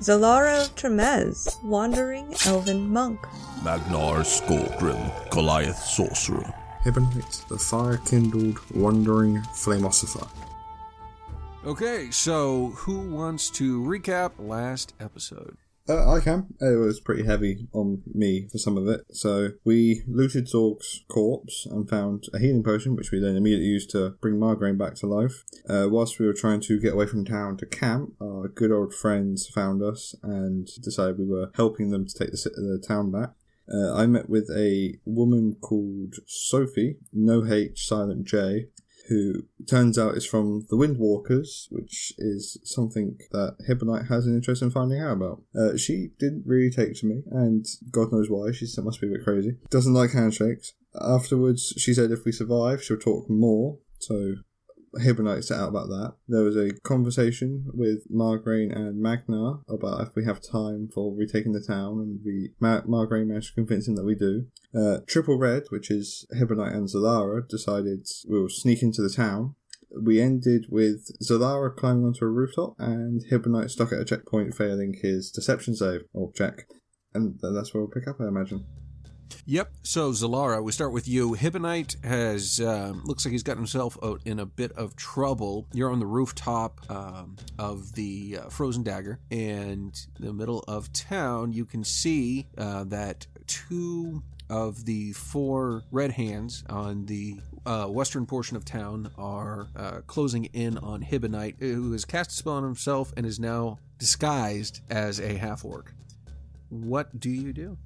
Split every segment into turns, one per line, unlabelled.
Zalaro Tremez, Wandering Elven Monk.
Magnar Skolgrim, Goliath Sorcerer.
Ebonite, the fire kindled, wandering flamosopher.
Okay, so who wants to recap last episode?
Uh, I can. It was pretty heavy on me for some of it. So we looted Zorg's corpse and found a healing potion, which we then immediately used to bring Margraine back to life. Uh, whilst we were trying to get away from town to camp, our good old friends found us and decided we were helping them to take the, ci- the town back. Uh, I met with a woman called Sophie, no H, silent J, who turns out is from the Windwalkers, which is something that Hibonite has an interest in finding out about. Uh, she didn't really take to me, and God knows why, she said must be a bit crazy. Doesn't like handshakes. Afterwards, she said if we survive, she'll talk more, so Hibonite set out about that. There was a conversation with Margraine and Magnar about if we have time for retaking the town, and we Ma- Margraine managed to convince him that we do. Uh, Triple Red, which is Hibonite and Zalara, decided we'll sneak into the town. We ended with Zalara climbing onto a rooftop and Hibonite stuck at a checkpoint, failing his deception save or check. And th- that's where we'll pick up, I imagine.
Yep. So Zalara, we start with you. Hibonite has um, looks like he's got himself out in a bit of trouble. You're on the rooftop um, of the uh, Frozen Dagger, and in the middle of town, you can see uh, that two of the four red hands on the uh, western portion of town are uh, closing in on Hibonite, who has cast a spell on himself and is now disguised as a half orc. What do you do?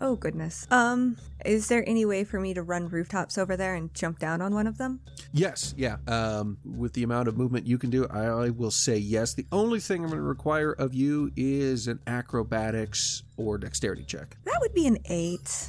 Oh goodness. Um, is there any way for me to run rooftops over there and jump down on one of them?
Yes, yeah. Um, with the amount of movement you can do, I, I will say yes. The only thing I'm going to require of you is an acrobatics or dexterity check.
That would be an eight.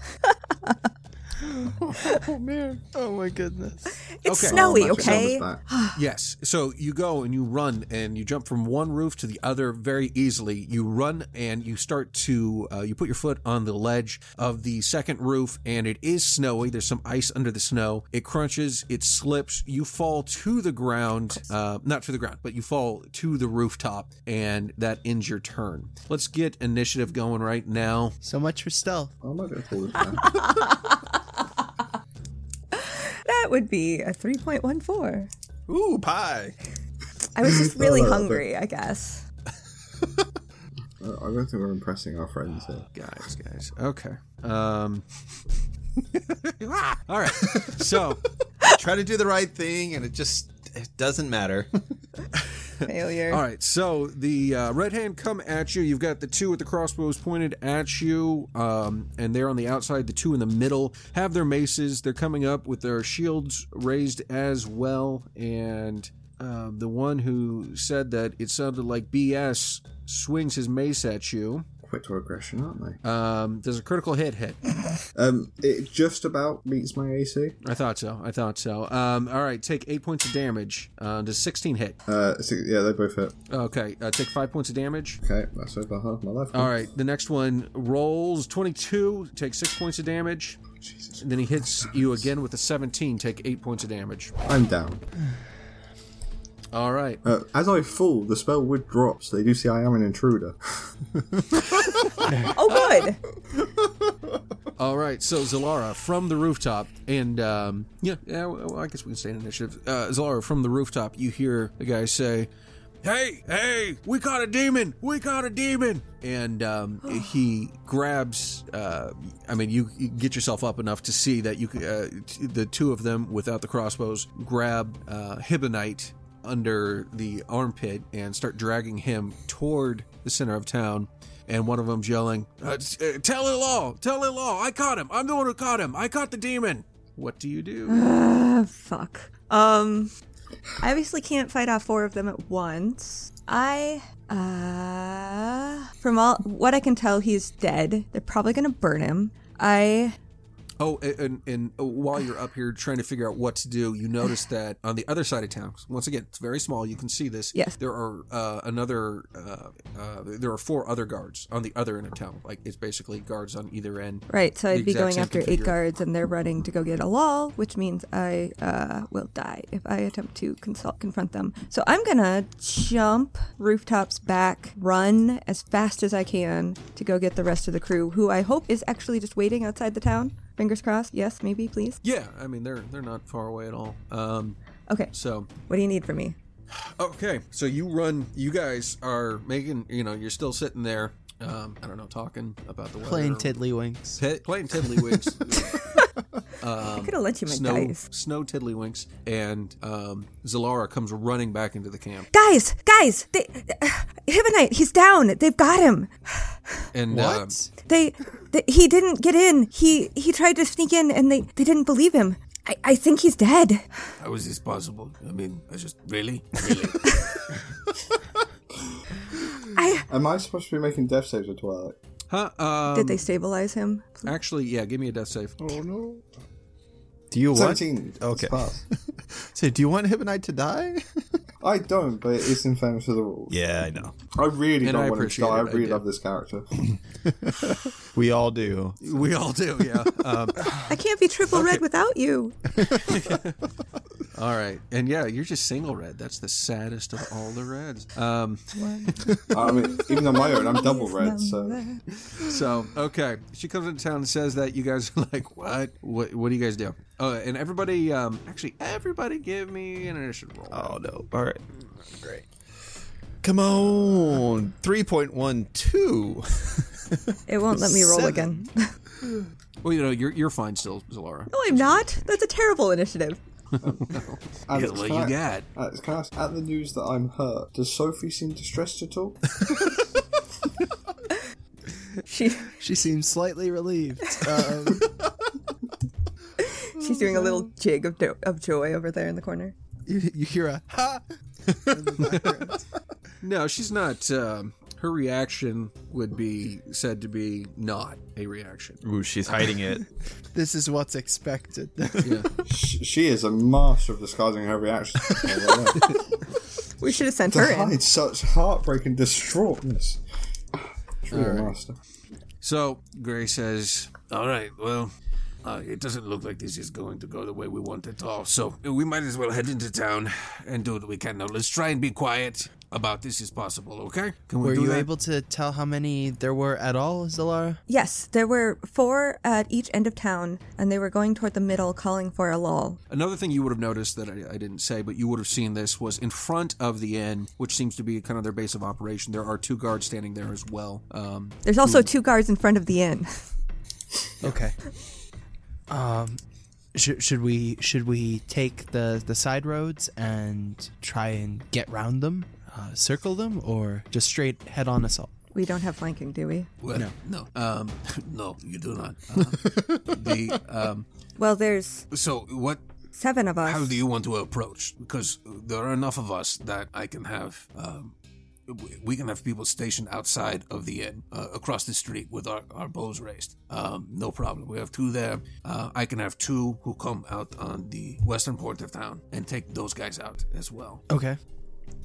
Oh man. Oh my goodness.
It's
Okay.
snowy,
I'll match it up
okay?
with that.
Yes. So you go and you run and you jump from one roof to the other very easily. You run and you start to, uh, you put your foot on the ledge of the second roof and it is snowy. There's some ice under the snow. It crunches, it slips. You fall to the ground, uh, not to the ground, but you fall to the rooftop and that ends your turn. Let's get initiative going right now.
So much for stealth.
I might be able to pull this down.
That would be a 3.14.
Ooh, pie!
I was just really
Oh, okay.
hungry, I guess.
Uh, I don't think we're impressing our friends here.
guys, guys. Okay. Um. All right. So,
Try to do the right thing, and it just it doesn't matter.
Failure.
all right. So the uh, red hand come at you. You've got the two with the crossbows pointed at you, um, and they're on the outside. The two in the middle have their maces. They're coming up with their shields raised as well. And um, the one who said that it sounded like BS swings his mace at you.
Quick to aggression, aren't they?
Um, does a critical hit hit?
Um, it just about meets my AC.
I thought so. I thought so. Um, all right, take eight points of damage. Uh, does 16 hit?
Uh, so- yeah, they both hit.
Okay, uh, take five points of damage.
Okay, that's over half my life.
All right, the next one rolls 22, takes six points of damage.
Jesus.
And then he hits you again with a 17, take eight points of damage.
I'm down.
All right.
Uh, as I fall, the spell would drop, so they do see I am an intruder.
Oh, good.
All right, so Zalara from the rooftop, and um, yeah, yeah, well, I guess we can stay in initiative. Uh, Zalara from the rooftop, you hear the guy say, "Hey, hey, we caught a demon! We caught a demon!" And um, he grabs. Uh, I mean, you, you get yourself up enough to see that you c- uh, t- the two of them without the crossbows grab uh, Hibonite under the armpit and start dragging him toward the center of town. And one of them's yelling, uh, s- uh, "Tell it all! Tell it all! I caught him! I'm the one who caught him! I caught the demon!" What do you do?
Uh, fuck. Um, I obviously can't fight off four of them at once. I, uh, from all what I can tell, he's dead. They're probably gonna burn him. I
Oh, and, and, and while you're up here trying to figure out what to do, you notice that on the other side of town, 'cause once again, it's very small. You can see this.
Yes.
There are uh, another. Uh, uh, there are four other guards on the other end of town. Like it's basically guards on either end.
Right, so
The
I'd be
exact
going
same
after eight
configuration.
guards, and they're running to go get a lol, which means I uh, will die if I attempt to consult confront them. So I'm gonna jump rooftops back, run as fast as I can to go get the rest of the crew, who I hope is actually just waiting outside the town. Fingers crossed. Yes, maybe, please.
Yeah, I mean they're they're not far away at all. Um,
Okay,
so
what do you need from me?
Okay, so you run. You guys are making. You know, you're still sitting there. Um, I don't know, talking about the weather.
Playing tiddlywinks.
Te- playing tiddlywinks.
I could have lent you my
snow,
dice.
snow tiddlywinks, and um, Zalara comes running back into the camp.
Guys, guys, they, uh, Hibonite, he's down. They've got him.
And um,
What?
They, they he didn't get in. He he tried to sneak in, and they they didn't believe him. I, I think he's dead.
how is this possible? I mean, I just really,
I
Am I supposed to be making death saves at all, Alec?
huh? Um,
did they stabilize him?
Actually, yeah. Give me a death save.
Oh no.
Do you want?
17. It's
Okay.
Pass.
So, do you want Hibonite to die?
I don't, but it is in fairness to the rules.
yeah, I know.
I really
And
don't
I
want him
appreciate
to die.
it,
I
I
really
do.
love this character.
We all do.
We all do. Yeah. Um,
I can't be triple red without you.
all right. And yeah, you're just single red. That's the saddest of all the reds. Um,
I mean, even on my own, I'm double red, so.
So okay, she comes into town and says that you guys are like, what? What? What do you guys do? Oh, and everybody, um, actually, everybody, give me an initiative roll.
Oh no! All right, great. Come on, three point one two.
It won't let me roll again. No,
Well, you know, you're you're fine still, Zalara.
I'm not. That's a terrible initiative.
Alex,
Well,
can
you
I-
got.
Alex, can I ask, at the news that I'm hurt, does Sophie seem distressed at all?
She
She seems slightly relieved.
she's doing a little jig of do- of joy over there in the corner.
you, you hear a ha.
No, she's not. Um, her reaction would be said to be not a reaction.
Ooh, she's hiding it.
This is what's expected.
she, she is a master of disguising her reactions.
We should have sent her
to
in.
hide such heartbreak and distraughtness. Truly a master.
So Gray says, "All right, well." Uh, it doesn't look like this is going to go the way we want at all, so we might as well head into town and do what we can. Now, let's try and be quiet about this as possible, okay? Can we
Were
do
you
that?
able to tell how many there were at all, Zalara?
Yes, there were four at each end of town, and they were going toward the middle, calling for a lull.
Another thing you would have noticed that I, I didn't say, but you would have seen this was in front of the inn, which seems to be kind of their base of operation. There are two guards standing there as well. Um,
There's also two guards in front of the inn.
Okay. Um, sh- should we should we take the the side roads and try and get round them, uh, circle them, or just straight head on assault?
We don't have flanking, do we?
no, no, um, no, you do not. Um, the um,
Well, there's
so what?
seven of us.
How do you want to approach? Because there are enough of us that I can have. Um, w- we can have people stationed outside of the inn, uh, across the street, with our, our bows raised. Um, no problem. We have two there. Uh, I can have two who come out on the western port of town and take those guys out as well.
Okay.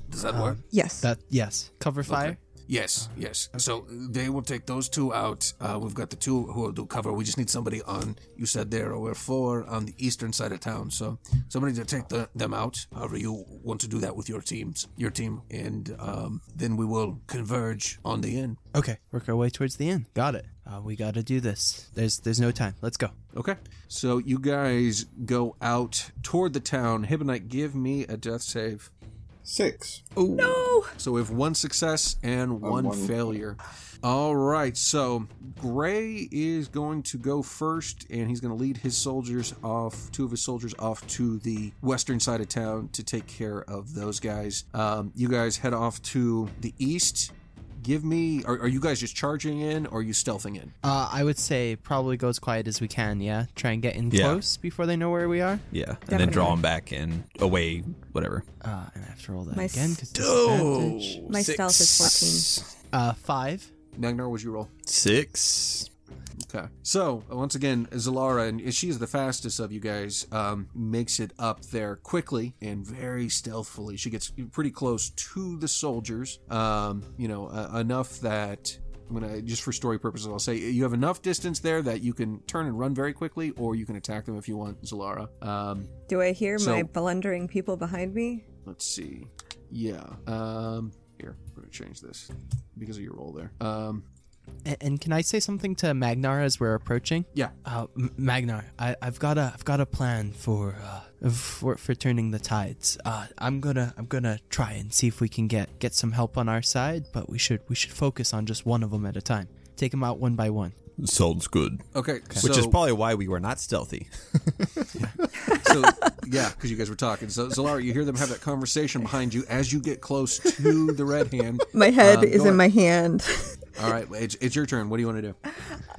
Does that work?
yes.
That yes. Cover fire.
Yes, yes. So uh, they will take those two out. Uh, we've got the two who will do cover. We just need somebody on. You said there were four on the eastern side of town, so somebody to take the, them out. However, you want to do that with your teams, your team, and um, then we will converge on the end.
Okay. Work our way towards the end. Got it. Uh, we got to do this. There's there's no time. Let's go.
Okay. So you guys go out toward the town. Hibonite, give me a death save.
Six.
Oh, No. So we have one success and one,
one.
failure. All right. So Gray is going to go first, and he's going to lead his soldiers off, two of his soldiers off to the western side of town to take care of those guys. Um, you guys head off to the east. Give me. Are, are you guys just charging in, or are you stealthing in?
Uh, I would say probably go as quiet as we can. Yeah. Try and get in
Yeah.
close before they know where we are.
Yeah, and then draw him back in, away, whatever.
Uh, and I have to roll that
My
again
s-
because
Oh,
disadvantage.
My stealth is
Six.
Six.
Uh, five.
Nagnar, would you roll?
Six.
Okay. So once again, Zalara, and she is the fastest of you guys, um, makes it up there quickly and very stealthily. She gets pretty close to the soldiers, um, you know, uh, enough that. I'm gonna just for story purposes. I'll say you have enough distance there that you can turn and run very quickly, or you can attack them if you want, Zalara. Um,
Do I hear
So-
my blundering people behind me?
let's see. Yeah. Um, here, we're gonna change this because of your roll there. Um,
And, and can I say something to Magnar as we're approaching?
yeah.
Uh, M- Magnar, I, I've got a I've got a plan for uh, for for turning the tides. Uh, I'm gonna I'm gonna try and see if we can get get some help on our side, but we should we should focus on just one of them at a time. Take them out one by one.
Sounds good.
Okay.
Which is
so-
probably why we were not stealthy.
So yeah, because you guys were talking. So Zolara, you hear them have that conversation behind you as you get close to the red hand.
My head
Um,
is
go
in
ahead.
my hand.
All right, it's, it's your turn. What do you want to do?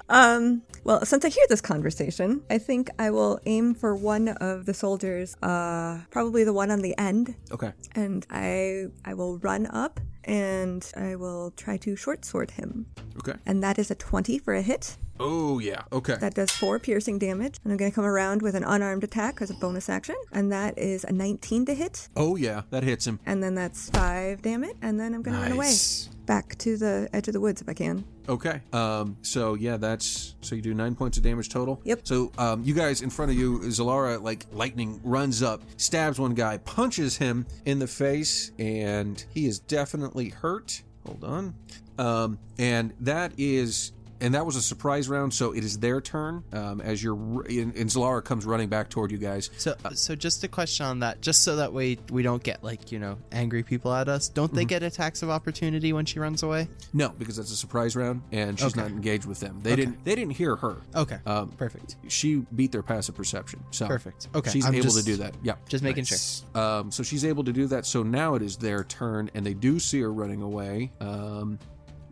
Um, well, since I hear this conversation, I think I will aim for one of the soldiers, uh, probably the one on the end,
Okay.
and I I will run up and I will try to short sword him.
Okay.
And that is a 20 for a hit.
Oh yeah. Okay.
That does 4 piercing damage. And I'm going to come around with an unarmed attack as a bonus action, and that is a 19 to hit.
Oh yeah. That hits him.
And then that's 5 damage, and then I'm going to run away
Nice.
back to the edge of the woods if I can.
Okay. Um. So yeah, that's so you do nine points of damage total.
Yep.
So um, you guys in front of you, Zalara like lightning runs up, stabs one guy, punches him in the face, and he is definitely hurt. Hold on. Um. And that is. And that was a surprise round, so it is their turn. Um, as you're, and, and Zalara comes running back toward you guys.
So uh, so just a question on that, just so that way we don't get like you know angry people at us. Don't they get attacks of opportunity when she runs away?
No, because that's a surprise round, and she's
Okay.
not engaged with them. They didn't. They didn't hear her.
Okay,
Um,
perfect,
She beat their passive perception. So
perfect. Okay,
She's
I'm
able
just-
to do that. Yeah.
Just making sure.
Um, so she's able to do that. So now it is their turn, and they do see her running away. Um,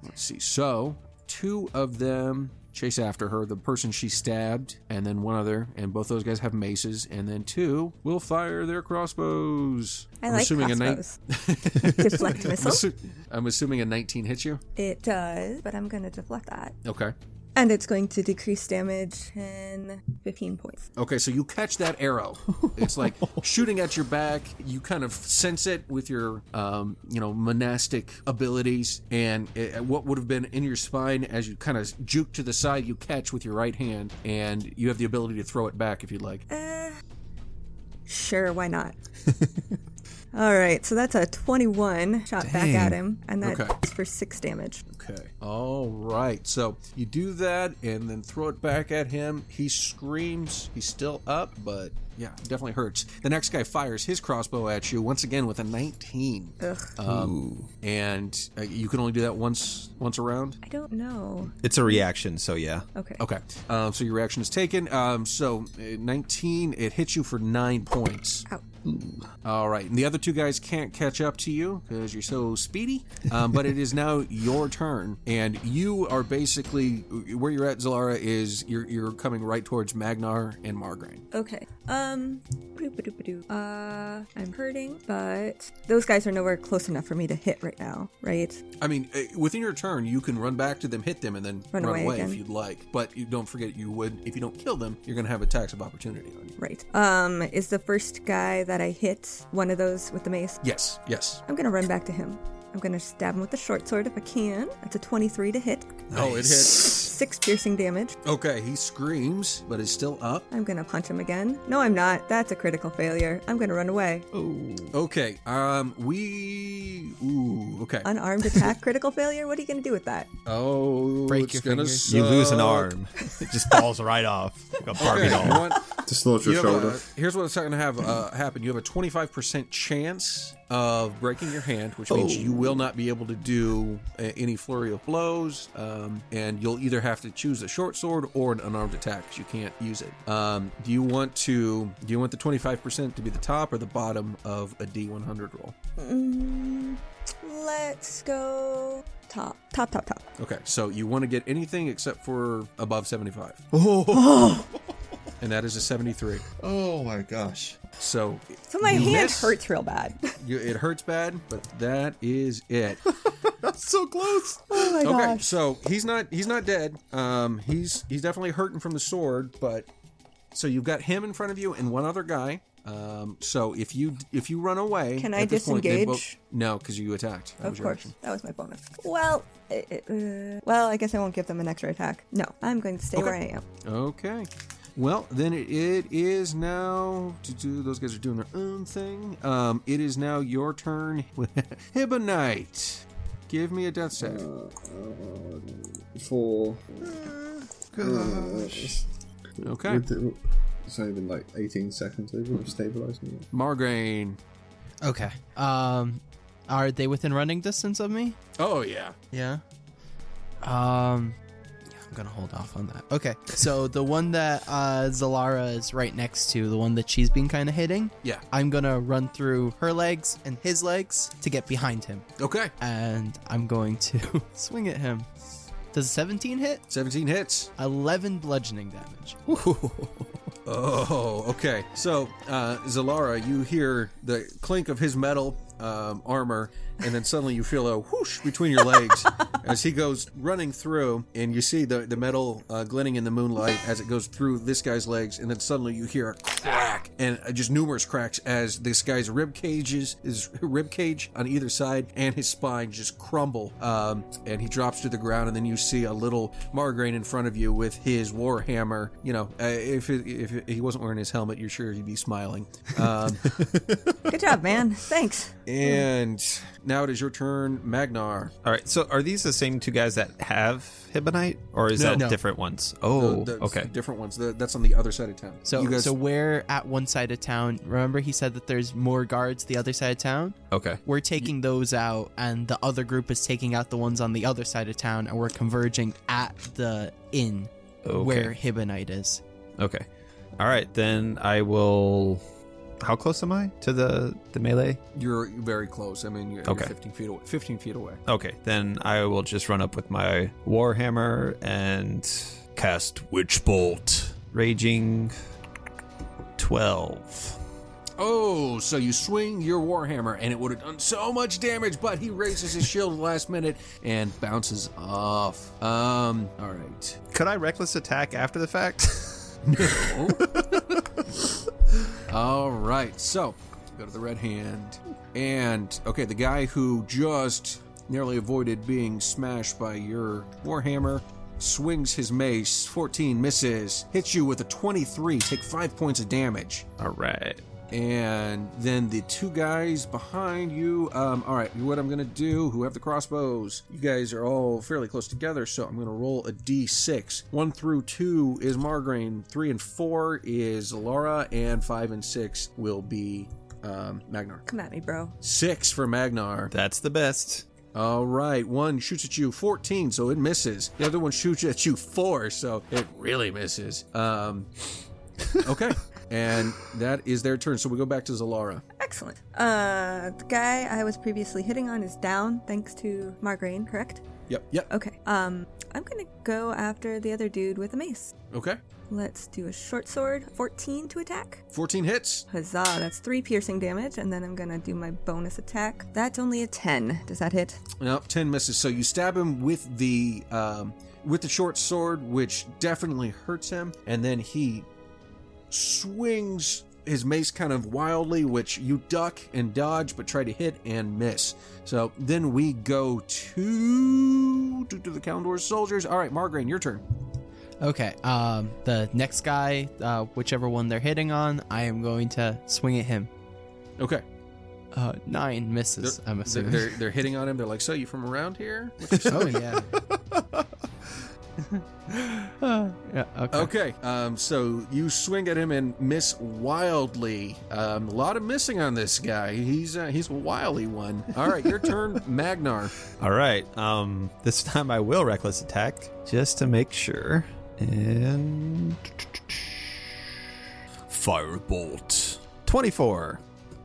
let's see. So two of them chase after her the person she stabbed, and then one other, and both those guys have maces, and then two will fire their crossbows.
I
I'm
like
assuming a nine-
crossbows. deflect
I'm,
missile.
assu- I'm assuming a 19 hits you.
It does, but I'm going to deflect that.
Okay.
And it's going to decrease damage 10, 15 points.
Okay, so you catch that arrow. It's like shooting at your back. You kind of sense it with your, um, you know, monastic abilities, and it, uh, what would have been in your spine as you kind of juke to the side, you catch with your right hand, and you have the ability to throw it back if you'd like.
Sure, why not? All right, so that's a 21 shot back at him, and that's
Okay.
for six damage.
Okay. All right. So you do that, and then throw it back at him. He screams. He's still up, but yeah, definitely hurts. The next guy fires his crossbow at you once again with a 19. Um, and uh, you can only do that once once around.
I don't know.
It's a reaction, so yeah.
Okay.
Okay. Um, so your reaction is taken. Um, so uh, 19, it hits you for nine points.
Ow.
All right. And the other two guys can't catch up to you because you're so speedy. Um, but it is now your turn. And you are basically where you're at, Zalara, is you're, you're coming right towards Magnar and Margraine.
Okay. Um, boop-a-doop-a-doo. uh, I'm hurting, but those guys are nowhere close enough for me to hit right now, right?
I mean, uh, within your turn, you can run back to them, hit them, and then run,
Run
away,
away
if
again.
you'd like. But you don't forget you would, if you don't kill them, you're going to have attacks of opportunity on you.
Right. Um, is the first guy that I hit one of those with the mace?
Yes. Yes.
I'm gonna run back to him. I'm gonna stab him with the short sword if I can. That's a 23 to hit,
Oh, it hits.
six piercing damage.
Okay, he screams, but is still up.
I'm gonna punch him again. No, I'm not. That's a critical failure. I'm gonna run away.
Okay, um, we. Ooh, okay.
Unarmed attack, critical failure. What are you gonna do with that?
Oh,
Break
it's
your
gonna
fingers.
You lose an
suck.
arm. It just falls right off. Like a Barbie
Okay,
doll.
you want-
To slaughter
you
your
have a-
shoulder.
here's what's going to have uh, happen. You have a 25% chance of breaking your hand, which
Oh.
means you will not be able to do uh, any flurry of blows, um, and you'll either have to choose a short sword or an unarmed attack 'cause you can't use it. Um, do you want to? Do you want the 25% to be the top or the bottom of a D100 roll?
Let's go top, top, top, top.
Okay, so you want to get anything except for above 75. and that is a 73.
Oh my gosh.
So
So my
you
hand
miss.
hurts real bad.
You- it hurts bad, but that is it.
so close.
Oh my
Okay,
gosh.
so he's not he's not dead. Um, he's he's definitely hurting from the sword, but so you've got him in front of you and one other guy. Um, so if you if you run away,
Can
at
I
this point, they bo-
disengage?
no, because you attacked. That
Of
was your
course,
action.
that was my bonus. Well, i i- uh, well, I guess I won't give them an extra attack. No, I'm going to stay where I am.
Okay. Well, then it, it is now. To do those guys are doing their own thing. Um, it is now your turn, Hibonite. Give me a death save.
Four.
okay,
It's only been like 18 seconds. They wouldn't have stabilized me. yet.
Margrain.
Okay. Um, are they within running distance of me?
Oh yeah.
Yeah. Um, yeah, I'm gonna hold off on that. Okay. So the one that uh, Zalara is right next to, the one that she's been kind of hitting,
Yeah.
I'm gonna run through her legs and his legs to get behind him,
Okay.
and I'm going to swing at him. Does 17 hit?
Seventeen hits.
11 bludgeoning damage.
Oh, okay. So, uh, Zalara, you hear the clink of his metal um, armor, and then suddenly you feel a whoosh between your legs as he goes running through, and you see the, the metal uh, glinting in the moonlight as it goes through this guy's legs, and then suddenly you hear a crack, and uh, just numerous cracks as this guy's rib cages, his rib cage on either side, and his spine just crumble, um, and he drops to the ground, and then you see a little Margrain in front of you with his war hammer. You know, uh, if, it, if he wasn't wearing his helmet, you're sure he'd be smiling. Um,
Good job, man. Thanks.
and now it is your turn, Magnar.
All right. So are these the same two guys that have Hibonite, or is
No.
that
No.
different ones? Oh,
The- the
okay.
Different ones. The, that's on the other side of town.
So,
you guys,
so we're at one side of town. Remember, he said that there's more guards the other side of town.
Okay.
We're taking those out, and the other group is taking out the ones on the other side of town, and we're converging at the inn
Okay.
where Hibonite is.
Okay. All right. Then I will. How close am I to the the melee?
you're very close. I mean, you're, you're
Okay.
15 feet away. 15 feet away.
Okay. Then I will just run up with my warhammer and cast witch bolt, raging twelve.
Oh, so you swing your warhammer, and it would have done so much damage, but he raises his shield last minute and bounces off. Um, all right.
Could I reckless attack after the fact?
All right, so go to the red hand. And, okay, the guy who just nearly avoided being smashed by your Warhammer swings his mace, 14 misses, hits you with a 23, take 5 points of damage.
All right.
And then the two guys behind you. Um, all right, what I'm going to do, who have the crossbows, you guys are all fairly close together, so I'm going to roll a d6. One through two is Margarine, three and four is Laura, and five and six will be um, Magnar.
Come at me, bro.
Six for Magnar.
That's the best.
All right, one shoots at you 14, so it misses. The other one shoots at you 4, so it really misses. Um, okay, and that is their turn, so we go back to Zalara.
Excellent. Uh, the guy I was previously hitting on is down, thanks to Margarine. Correct?
Yep. Yep.
Okay. Um, I'm gonna go after the other dude with a mace.
Okay.
Let's do a short sword, 14 to attack.
14 hits.
Huzzah, that's three piercing damage, and then I'm gonna do my bonus attack. That's only a 10. Does that hit?
Nope, 10 misses. So you stab him with the um, with the short sword, which definitely hurts him, and then he swings his mace kind of wildly, which you duck and dodge, but try to hit and miss. So then we go to to, to the Kalendor soldiers. All right, Margraine, your turn.
Okay. Um, the next guy, uh, whichever one they're hitting on, I am going to swing at him.
Okay,
Uh, nine misses. I'm
they're,
assuming.
they're they're hitting on him. They're like, "So you from around here?" What's
oh yeah. Uh, yeah. Okay.
Okay, um, so you swing at him and miss wildly. Um, a lot of missing on this guy. He's uh, he's a wily one. All right, your turn, Magnar.
All right. Um, this time I will reckless attack just to make sure. And firebolt twenty-four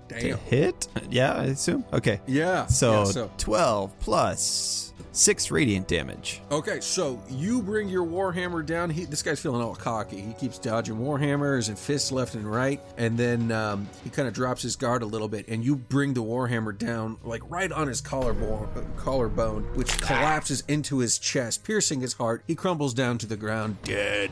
to hit. Yeah, I assume. Okay.
Yeah.
So,
yeah, so
twelve plus six radiant damage.
Okay, so you bring your warhammer down. He, this guy's feeling all cocky. He keeps dodging warhammers and fists left and right, and then um, he kind of drops his guard a little bit. And you bring the warhammer down, like right on his collarbone, uh, collarbone, which collapses into his chest, piercing his heart. He crumbles down to the ground, dead.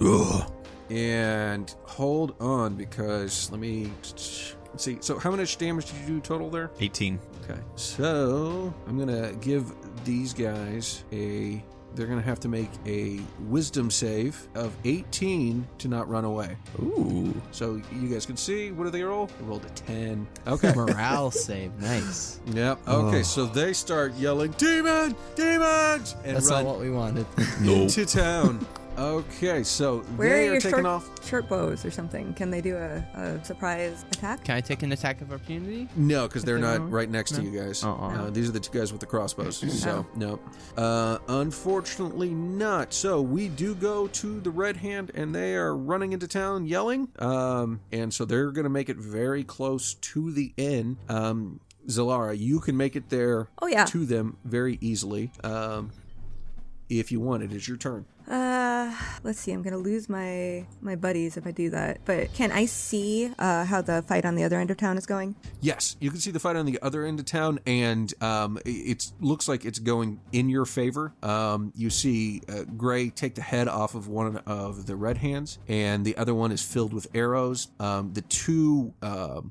Ugh. And hold on, because let me let's see. So, how much damage did you do total there?
18.
Okay. So I'm gonna give these guys a. They're gonna have to make a wisdom save of 18 to not run away.
Ooh.
So you guys can see what did they roll? They rolled a 10. Okay.
Morale save. Nice.
yep. Okay. So they start yelling, "Demon! Demons!" and
That's not
run
what we wanted.
into town. Okay. So
Where
they
are
are,
your
taking
short,
off.
short bows or something? Can they do a, a surprise attack?
Can I take an attack of opportunity?
No, because they're
they
not
don't?
right next to
No.
you guys.
Oh, oh.
Uh, these are the two guys with the crossbows. So no, uh, unfortunately not. So we do go to the Red Hand, and they are running into town yelling. Um, and so they're going to make it very close to the inn. Um, Zalara, you can make it there.
Oh, yeah.
to them very easily. Um, if you want, it is your turn.
Uh, let's see. I'm gonna lose my my buddies if I do that. But can I see uh, how the fight on the other end of town is going?
Yes, you can see the fight on the other end of town, and um, it looks like it's going in your favor. Um, you see uh, Gray take the head off of one of the red hands, and the other one is filled with arrows. Um, the two. Um,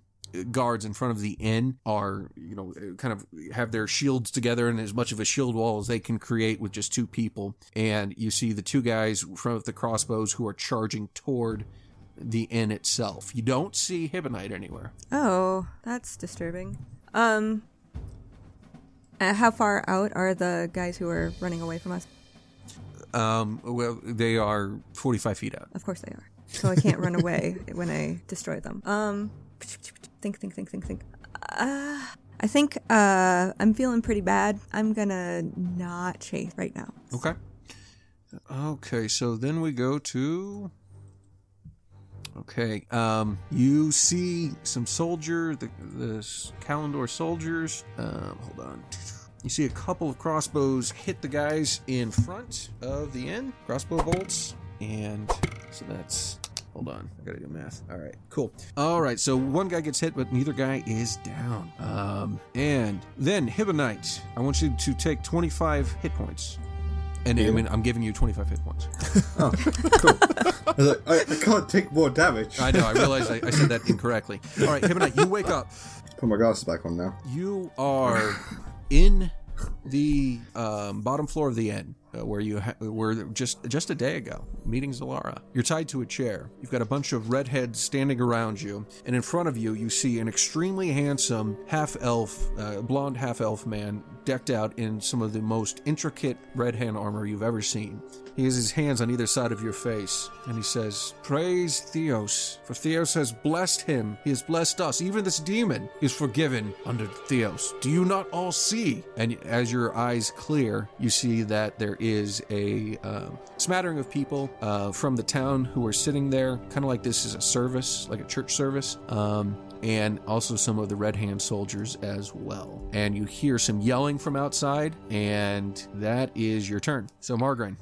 guards in front of the inn are you know kind of have their shields together and as much of a shield wall as they can create with just two people and you see the two guys in front of the crossbows who are charging toward the inn itself you don't see hibonite anywhere
Oh, that's disturbing. Um, uh, how far out are the guys who are running away from us?
Um, well, they are 45 feet out.
Of course they are. So I can't run away when I destroy them. Um, think, think, think, think, think. Uh, I think uh, I'm feeling pretty bad. I'm gonna not chase right now.
Okay. Okay, so then we go to. Okay, um, you see some soldier, the, the s- Kalendor soldiers. Um, hold on. You see a couple of crossbows hit the guys in front of the inn, crossbow bolts, and so that's. Hold on, I gotta do math. All right, cool. All right, so one guy gets hit, but neither guy is down. Um, and then Hibonite, I want you to take 25 hit points. And I mean, I'm giving you 25 hit points.
I, was like, I, I can't take more damage.
I know, I realize I, I said that incorrectly. All right, Hibonite, you wake up.
Put my glasses back on now.
You are in the um, bottom floor of the inn. Uh, where you ha- were just just a day ago, meeting Zalara. You're tied to a chair. You've got a bunch of redheads standing around you, and in front of you, you see an extremely handsome half elf, uh, blonde half elf man, decked out in some of the most intricate red hand armor you've ever seen. He has his hands on either side of your face, and he says, Praise Theos, for Theos has blessed him. He has blessed us. Even this demon is forgiven under Theos. Do you not all see? And as your eyes clear, you see that there is a um, smattering of people uh, from the town who are sitting there, kind of like this is a service, like a church service. Um, and also some of the Red Hand soldiers as well. And you hear some yelling from outside, and that is your turn. So, Margarine.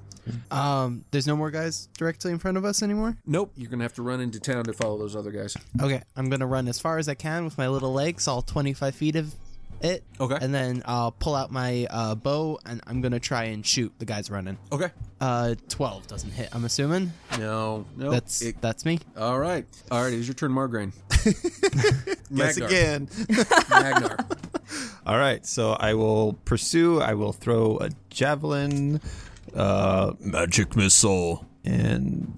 Um, there's no more guys directly in front of us anymore.
Nope, you're gonna have to run into town to follow those other guys.
Okay, I'm gonna run as far as I can with my little legs, all 25 feet of it.
Okay.
And then I'll pull out my uh, bow and I'm gonna try and shoot the guys running.
Okay.
Uh, 12 doesn't hit. I'm assuming
No, no.
that's
Oh, it-
that's me.
all right. All right. It's your turn, Margarine.
Yes,
Magnar.
again.
Magnar.
All right, so I will pursue. I will throw a javelin, uh, magic missile, and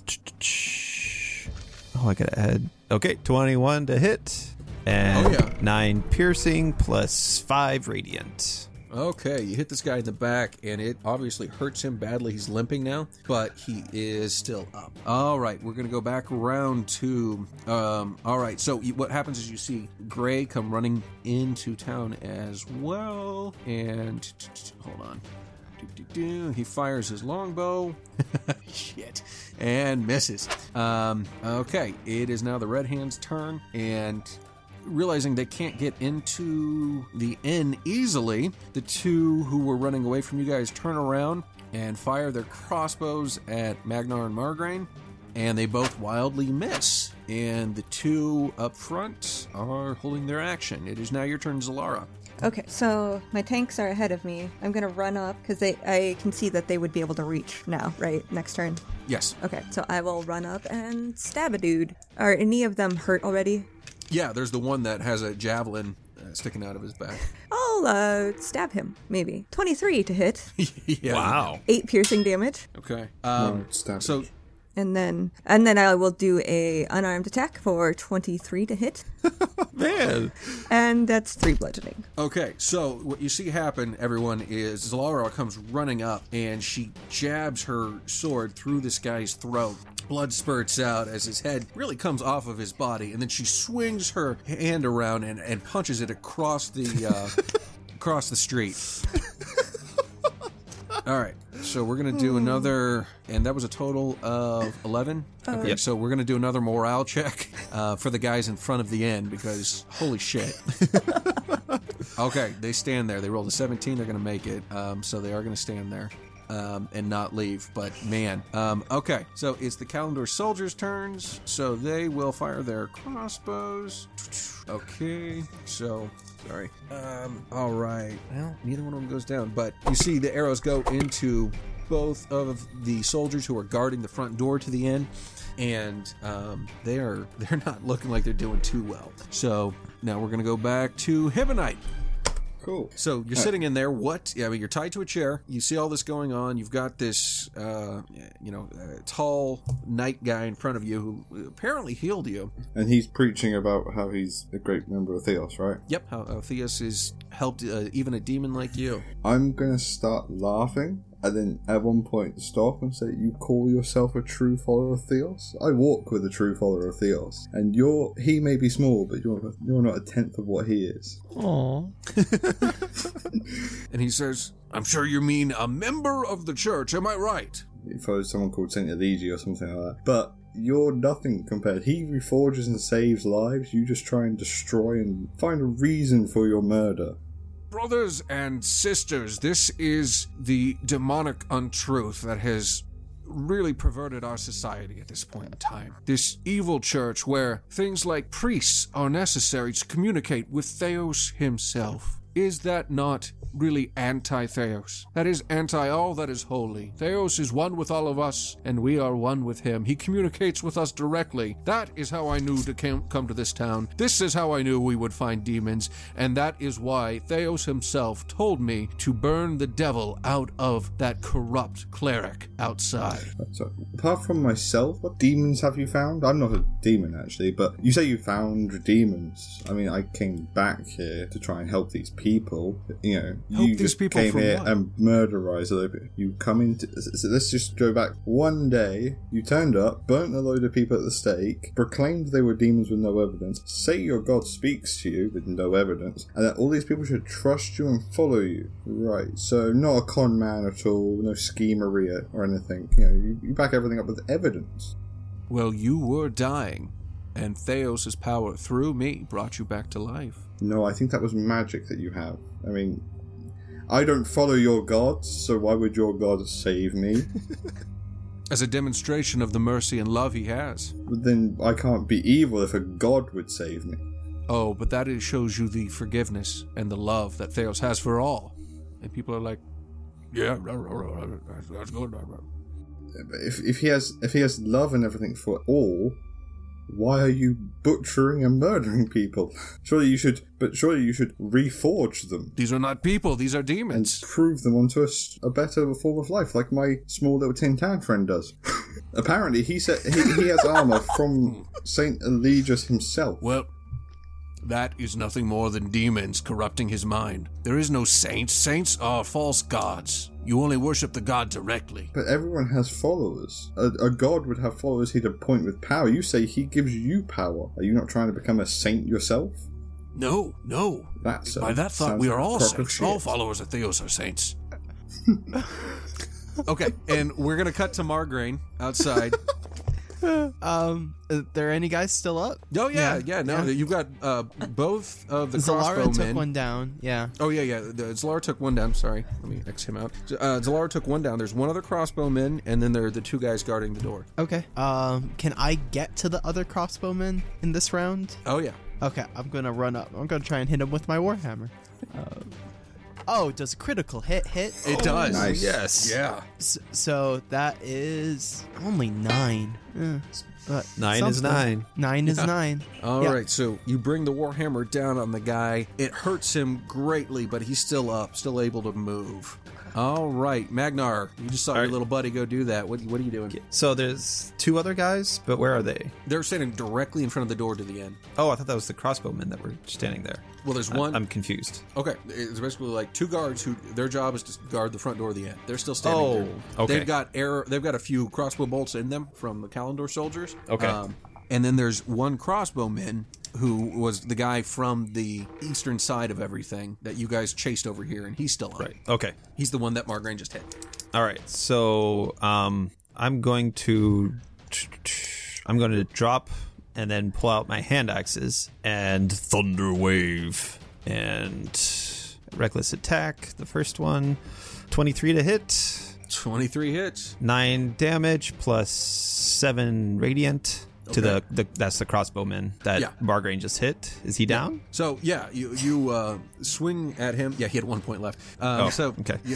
oh, I gotta add. Okay, twenty-one to hit, and
Oh, yeah.
nine piercing plus five radiant.
Okay, you hit this guy in the back, and it obviously hurts him badly. He's limping now, but he is still up. All right, we're gonna go back around to. Um, all right, so you, what happens is you see Gray come running into town as well, and hold on. Do-do-do. He fires his longbow. Shit. And misses. Um, okay, it is now the Red Hand's turn, and realizing they can't get into the inn easily, the two who were running away from you guys turn around and fire their crossbows at Magnar and Margrain, and they both wildly miss. And the two up front are holding their action. It is now your turn, Zalara.
Okay, so my tanks are ahead of me. I'm gonna run up because they I can see that they would be able to reach now, right? Next turn.
Yes.
Okay, so I will run up and stab a dude. Are any of them hurt already?
Yeah, there's the one that has a javelin uh, sticking out of his back.
I'll uh, stab him, maybe. 23 to hit,
yeah,
Wow.
8 piercing damage,
Okay. Um,
Alright, stab
so
it.
and then and then I will do a unarmed attack for 23 to hit,
Man.
and that's 3 bludgeoning.
Okay, so what you see happen, everyone, is Zalara comes running up and she jabs her sword through this guy's throat. Blood spurts out as his head really comes off of his body, and then she swings her hand around and, and punches it across the uh, across the street. All right, so we're gonna do another, and that was a total of eleven. Okay, so we're gonna do another morale check uh, for the guys in front of the end because holy shit. Okay, they stand there. They rolled a 17. They're going to make it. Um, so they are going to stand there um, and not leave. But man. Um, okay, so it's the Calendar soldiers' turns. So they will fire their crossbows. Okay, so. Sorry. Um, all right. Well, neither one of them goes down, but you see the arrows go into both of the soldiers who are guarding the front door to the inn, and um, they are they're not looking like they're doing too well. So now we're gonna go back to Hibonite.
Cool.
So you're sitting in there. What? I mean, you're tied to a chair. You see all this going on. You've got this, uh, you know, uh, tall knight guy in front of you who apparently healed you.
And he's preaching about how he's a great member of Theos, right?
Yep. How uh, Theus has helped uh, even a demon like you.
I'm gonna start laughing and then at one point stop and say, You call yourself a true follower of Theos? I walk with a true follower of Theos. And you're he may be small, but you're you're not a tenth of what he is.
Aww.
And he says, "I'm sure you mean a member of the church. Am I right?"
If I was someone called Saint Eligi or something like that. But you're nothing compared. He reforges and saves lives, you just try and destroy and find a reason for your murder.
Brothers and sisters, this is the demonic untruth that has really perverted our society at this point in time. This evil church where things like priests are necessary to communicate with Theos himself. Is that not really anti Theos? That is anti all that is holy. Theos is one with all of us, and we are one with him. He communicates with us directly. That is how I knew to cam- come to this town. This is how I knew we would find demons, and that is why Theos himself told me to burn the devil out of that corrupt cleric outside.
So, apart from myself, what demons have you found? I'm not a demon, actually, but you say you found demons. I mean, I came back here to try and help these people. You know,
Help
you
these
just
people
came
from
here
what?
and murderized a people. You come into. So let's just go back one day. You turned up, burnt a load of people at the stake, proclaimed they were demons with no evidence, say your god speaks to you with no evidence, and that all these people should trust you and follow you. Right. So not a con man at all, no schemery or anything. You know, you, you back everything up with evidence.
Well, you were dying, and Theos' power through me brought you back to life.
No, I think that was magic that you have. I mean. I don't follow your gods, so why would your god save me?
As a demonstration of the mercy and love he has.
But then I can't be evil if a god would save me.
Oh, but that is, shows you the forgiveness and the love that Theos has for all. And people are like, yeah, rah, rah, rah, rah, that's, that's good. rah, rah."
But if, if he has if he has love and everything for all, why are you butchering and murdering people? Surely you should, but surely you should reforge them
These are not people, these are
and
demons.
prove them onto a, s- a better form of life, like my small little tin can friend does. Apparently, he said he, he has armor from Saint Eligius himself.
Well, that is nothing more than demons corrupting his mind. There is no saints. Saints are false gods. You only worship the god directly.
But everyone has followers. A, a god would have followers he'd appoint with power. You say he gives you power. Are you not trying to become a saint yourself?
No, no.
That's a-
By that thought,
sounds
we
like
are
a
all
crock of
saints. Oh, All
shit.
followers of Theos are saints. okay, and we're going to cut to Margraine outside.
Um, are there any guys still up?
Oh yeah, yeah. no, you've got uh, both of the
Zalara
crossbowmen.
took one down. Yeah.
Oh yeah, yeah. The, Zalara took one down. Sorry, let me X him out. Uh, Zalara took one down. There's one other crossbowman, and then there are the two guys guarding the door.
Okay. Um, can I get to the other crossbowman in this round?
Oh yeah.
Okay, I'm gonna run up. I'm gonna try and hit him with my warhammer. Uh, oh, does a critical hit hit? Oh,
It does.
nice.
Yes.
Yeah.
S- so that is only nine. Eh, but
Nine is nine.
Nine is nine.
All right,
Yeah.
so you bring the warhammer down on the guy. It hurts him greatly, but he's still up, still able to move. All right, Magnar, you just saw your
right.
little buddy go do that. What, what are you doing?
So there's two other guys, but where are they?
They're standing directly in front of the door to the end.
Oh, I thought that was the crossbowmen that were standing there.
Well, there's
I-
one.
I'm confused.
Okay, it's basically like two guards who their job is to guard the front door of the inn. They're still standing.
Oh,
there.
okay.
They've got air. They've got a few crossbow bolts in them from the Kalendor soldiers. Um,
Okay.
and then there's one crossbowman who was the guy from the eastern side of everything that you guys chased over here, and he's still on.
Right. Oh. Okay.
He's the one that Margraine just hit.
All right. So um, I'm going to I'm going to drop and then pull out my hand axes and thunder wave and reckless attack. The first one, 23 to hit,
Twenty-three hits.
nine damage plus seven radiant. To the, the that's the crossbowman that
Yeah.
Bargrain just hit. Is he down?
So yeah, you you uh, swing at him. Yeah, he had one point left. Um,
Oh,
so
okay.
you,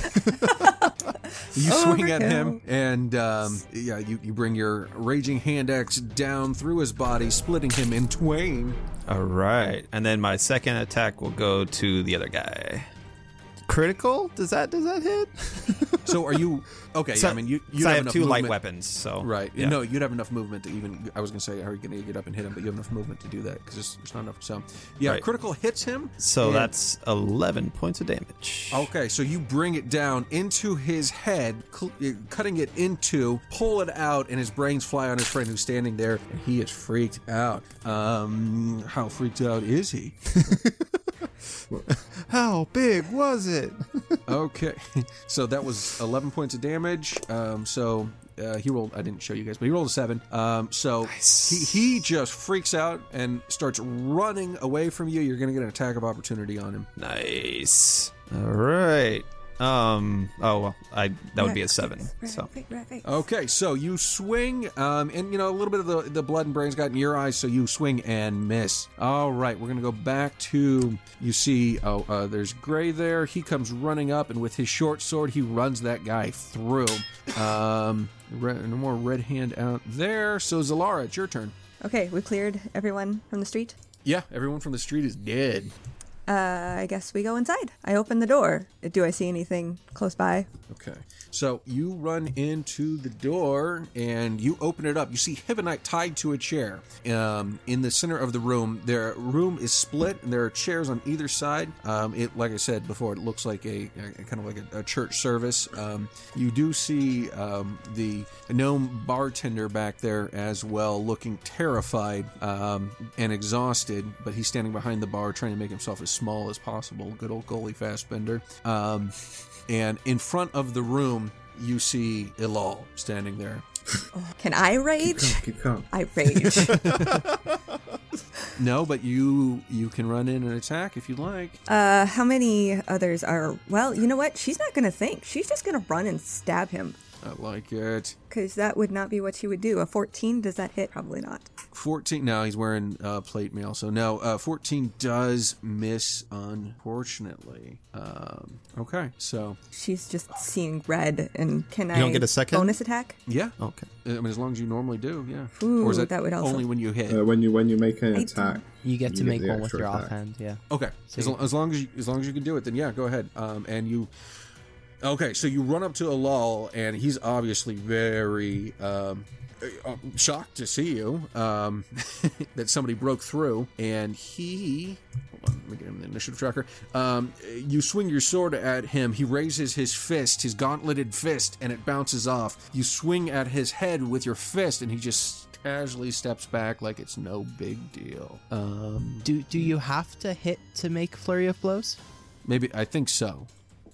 you swing at him, and um, yeah, you, you bring your raging hand axe down through his body, splitting him in twain.
All right, and then my second attack will go to the other guy. Critical? Does that does that hit?
So are you okay?
So-
yeah, I mean, you you
so
have,
I have
enough
two light
movement-
weapons, so
Right.
yeah.
No, you'd have enough movement to even. I was going to say, how are you going to get up and hit him? But you have enough movement to do that because there's, there's not enough. So, yeah,
Right.
critical hits him.
So
and-
that's eleven points of damage.
Okay, so you bring it down into his head, cl- uh, cutting it into, pull it out, and his brains fly on his friend who's standing there, and he is freaked out. Um, how freaked out is he?
How big was it?
okay, so that was 11 points of damage. Um, so. Uh, he rolled. I didn't show you guys, but he rolled a seven. Um, so he, he just freaks out and starts running away from you. You're gonna get an attack of opportunity on him.
nice. All right. Um. Oh well. I that would be a seven. So
Oh.
Okay, so you swing, um, and you know a little bit of the, the blood and brains got in your eyes, so you swing and miss. All right, we're gonna go back to you see. Oh, uh, there's Gray there. He comes running up, and with his short sword, he runs that guy through. Um, re- no more red hand out there. So Zalara, it's your turn.
Okay, we cleared everyone from the street.
Yeah, everyone from the street is dead.
Uh, I guess we go inside. I open the door. Do I see anything close by?
Okay. So you run into the door and you open it up. You see Hibonite tied to a chair um, in the center of the room. Their room is split and there are chairs on either side. Um, it, like I said before, it looks like a, a- kind of like a, a church service. Um, you do see um, the gnome bartender back there as well, looking terrified um, and exhausted, but he's standing behind the bar trying to make himself as small as possible. Good old goalie Fassbender. Um, and in front of the room, you see Ilal standing there.
Can I rage?
Keep calm.
I rage.
No, but you you can run in and attack if you like.
uh, how many others are? Well, you know what? She's not gonna think. She's just gonna run and stab him.
I like it.
Because that would not be what she would do. A 14, does that hit? Probably not.
Fourteen. No, he's wearing uh, plate mail, so no. Uh, Fourteen does miss, unfortunately. Um, okay, so
She's just seeing red, and can I
don't get a second?
bonus attack?
yeah.
okay.
I mean, as long as you normally do, yeah.
Ooh, that would also-
only when you hit?
Uh, when you when you make an
I-
attack,
You get to
You get
make
the
one with
extra
your
attack.
offhand. Yeah.
Okay, as, lo- as long as you, as long as you can do it, then yeah, go ahead. Um, and you, okay, so you run up to Alal, and he's obviously very um, uh, shocked to see you um, that somebody broke through, and he. Hold on, let me get him the initiative tracker. Um, you swing your sword at him. He raises his fist, his gauntleted fist, and it bounces off. You swing at his head with your fist, and he just casually steps back like it's no big deal. Um,
Do Do you have to hit to make flurry of blows?
maybe I think so.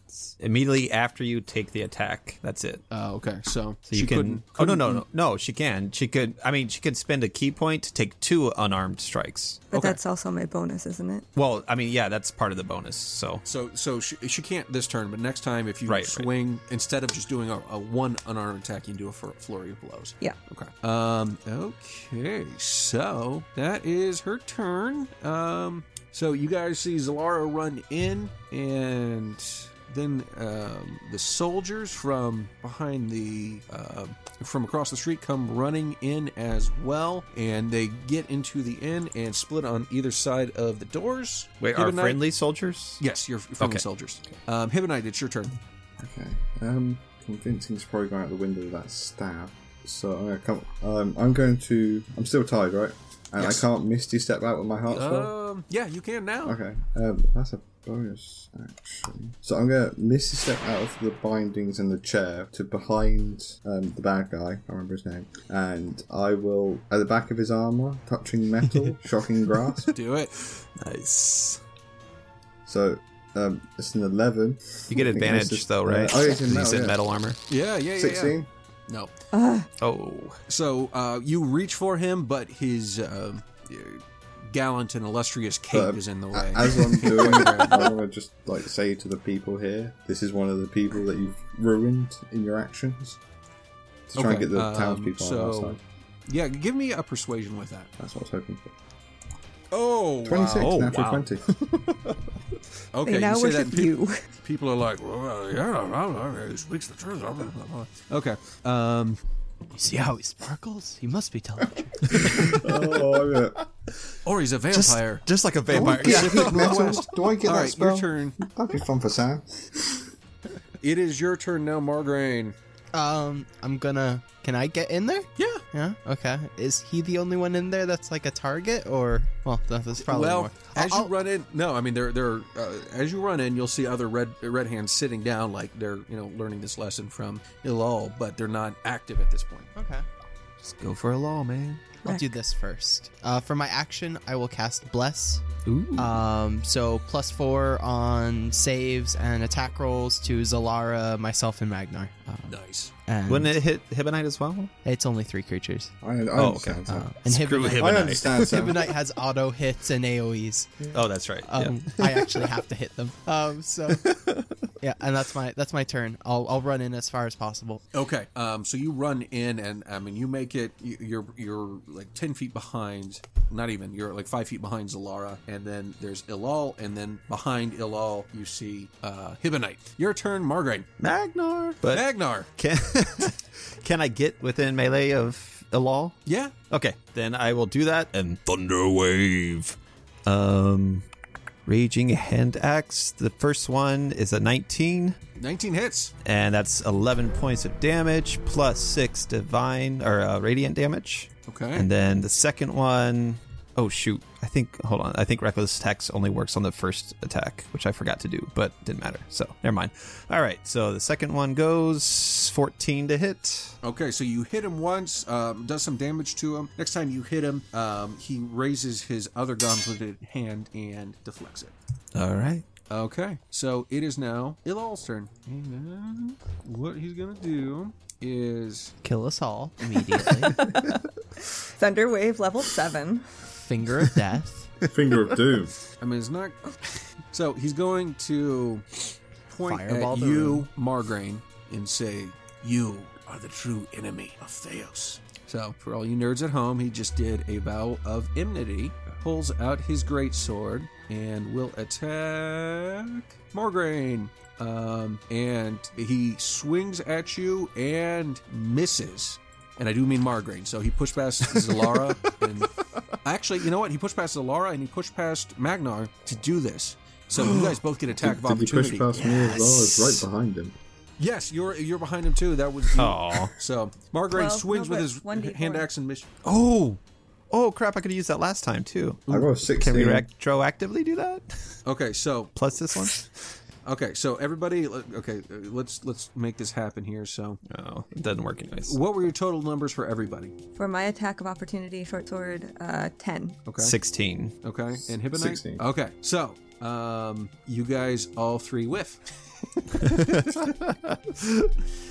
It's immediately after you take the attack. That's it.
Uh, okay, so,
So you
she
can.
couldn't.
oh no, no, no, no. She can. She could. I mean, she could spend a key point to take two unarmed strikes.
But
Okay.
that's also my bonus, isn't it?
Well, I mean, yeah, that's part of the bonus. So
So so she, she can't this turn, but next time if you
Right, right.
swing instead of just doing a, a one unarmed attack, you can do a fl- flurry of blows.
Yeah.
Okay. Um. Okay. So that is her turn. Um. So you guys see Zalara run in, and then um, the soldiers from behind the uh, from across the street come running in as well, and they get into the inn and split on either side of the doors.
wait,
Give
are
a night-
friendly soldiers?
Yes, you're friendly
Okay.
soldiers. Um, Hibonite, it's your turn.
Okay. Um, convincing's probably going out the window with that stab. So I'm gonna come. Um, I'm going to. I'm still tied, right? And
Yes.
I can't misty step out with my heart spell.
Oh.
Um, yeah, you can now.
Okay. Um, that's a bonus action. So I'm gonna misty step out of the bindings and the chair to behind um, the bad guy. I can't remember his name. And I will at the back of his armor, touching metal, shocking grasp.
Do it.
Nice.
So. Um, it's an 11.
You get
I think that's
advantage
just-
though, right?
Uh, oh, it's in
'Cause
metal,
he's in
yeah.
metal armor.
Yeah, yeah, yeah.
16.
Yeah. No.
Oh,
So uh, you reach for him, but his uh, gallant and illustrious cape
But,
is in the
a-
way.
As I'm doing it, I want to just like say to the people here, this is one of the people that you've ruined in your actions. To try and
Okay,
get the
um,
townspeople on our
so-
side.
yeah, give me a persuasion with that.
That's what I was hoping for.
Oh,
26,
Oh,
natural
wow.
20.
Okay,
They now
you say that.
worship
and peop-
you.
People are like, well, uh, yeah, blah, blah, blah, he speaks the truth. blah, blah, blah, blah." Okay. Um,
You see how he sparkles? He must be telling the truth.
oh, I'm gonna-
or he's a vampire.
just like a
Do I
vampire.
get metal? Do I get
All
that
right,
spell?
your turn.
That'd be fun for Sam.
It is your turn now, Margraine.
Um, I'm gonna. Can I get in there?
Yeah.
Yeah. Okay. Is he the only one in there that's like a target, or well, no, there's probably
well,
more.
as
I'll-
you run in, no, I mean there, there. Uh, as you run in, you'll see other red red hands sitting down, like they're you know learning this lesson from Ilal, but they're not active at this point.
okay.
Just go for a law, man.
I'll
Wreck.
do this first. Uh, for my action, I will cast Bless.
Ooh.
Um, so plus four on saves and attack rolls to Zalara, myself, and Magnar. Uh,
Nice.
and
Wouldn't it hit Hibonite as well?
It's only three creatures.
I, I
Oh,
understand
Uh,
Sam.
and
Screw
Hibonite,
I
Hibonite.
understand Sam.
Hibonite has auto hits and AOE's.
Oh, that's right. yeah.
Um, I actually have to hit them. Um, so yeah, and that's my that's my turn. I'll I'll run in as far as possible.
Okay. Um. So you run in, and I mean you make it. You, you're you're like ten feet behind. Not even. You're like five feet behind Zalara, and then there's Ilal, and then behind Ilal you see uh, Hibonite. Your turn, Margraine.
Magnar. But
Magnar.
can can I get within melee of Ilal?
Yeah.
Okay, then I will do that and Thunderwave. Um, Raging Hand Axe. The first one is a 19,
Nineteen hits.
and that's 11 points of damage plus six divine or uh, radiant damage.
Okay.
And then the second one oh shoot! I think hold on. I think reckless attacks only works on the first attack, which I forgot to do, but didn't matter. So never mind. All right. So the second one goes 14 to hit.
Okay, so you hit him once, um, does some damage to him. Next time you hit him, um, he raises his other gauntleted hand and deflects it.
All right.
Okay, so it is now Ilal's turn. And then what he's gonna do is
Kill us all immediately.
Thunderwave level seven.
Finger of death.
Finger of Doom.
I mean, it's not. So he's going to point
Fireball
at
the
you, Margraine, and say, "You are the true enemy of Theos." So, for all you nerds at home, he just did a vow of enmity, pulls out his great sword, and will attack Margraine. Um, and he swings at you and misses. And I do mean Margraine. So he pushed past Zalara and Actually, you know what? He pushed past Zalara and he pushed past Magnar to do this. So you guys both get attack of
Did you push
opportunity.
past me as well? It's right behind him.
Yes, you're you're behind him too. That was
Aw.
So Margarine
Well,
swings
no,
with
but
his
1d4.
hand axe and mission.
Oh, oh crap! I could have used that last time too.
I rolled 16.
Can we retroactively do that?
Okay, so
Plus this one.
okay, so everybody. Okay, uh, let's let's make this happen here. So,
Oh, it doesn't work anyways.
what were your total numbers for everybody?
For my attack of opportunity, short sword, uh, ten.
Okay,
Sixteen.
Okay, and Hibonite.
Sixteen.
Okay, so um, you guys all three whiff.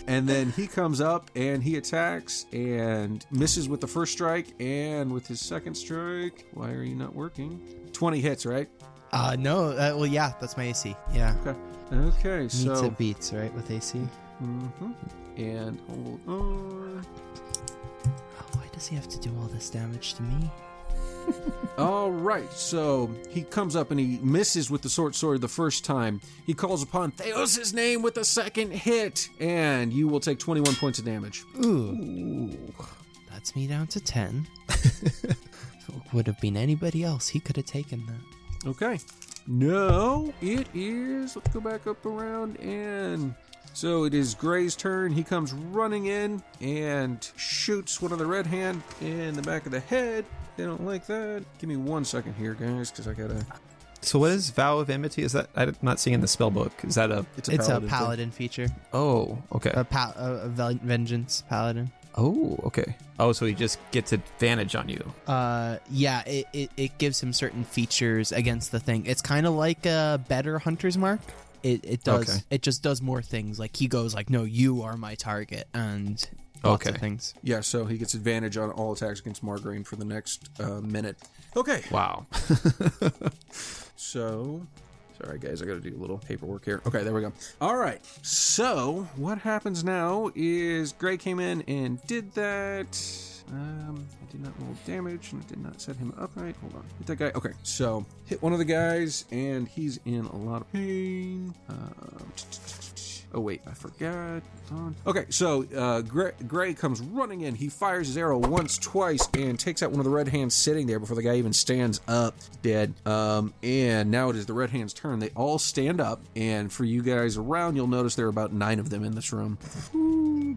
And then he comes up and he attacks and misses with the first strike and with his second strike. Why are you not working? 20 hits, right?
Uh, no. Uh, well, yeah, that's my AC. Yeah.
Okay. Okay,
Need to
so.
beats, right, with AC?
And hold on.
Oh, why does he have to do all this damage to me?
All right, so he comes up and he misses with the sword sword the first time. He calls upon Theos' name with the second hit, and you will take 21 points of damage.
Ooh. That's me down to 10. If it Would have been anybody else. He could have taken that.
Okay. No, it is. Let's go back up around and. So it is Gray's turn. He comes running in and shoots one of the red hand in the back of the head. They don't like that. Give me one second here, guys, because I gotta.
So what is vow of enmity? Is that I'm not seeing in the spell book? Is that a?
It's
It's a
thing.
paladin feature.
Oh, okay.
A, pal- a, a vel- vengeance paladin.
oh, okay. Oh, so he just gets advantage on you.
Uh, yeah, it, it, it gives him certain features against the thing. It's kind of like a better hunter's mark. It, it does.
Okay.
It just does more things. Like he goes like, no, you are my target, and lots
Okay.
of things.
Yeah, so he gets advantage on all attacks against Margarine for the next uh, minute. Okay,
Wow.
So, sorry guys, I got to do a little paperwork here. Okay, there we go. All right. So, what happens now is Gray came in and did that. Um, I did not roll damage and I did not set him upright. Hold on. Hit that guy. Okay, so hit one of the guys and he's in a lot of pain. Um, Oh wait, I forgot. Hold on. Okay, so uh, Gray, Gray comes running in. He fires his arrow once, twice, and takes out one of the red hands sitting there before the guy even stands up, dead. Um, and now it is the red hand's turn. They all stand up, and for you guys around, you'll notice there are about nine of them in this room.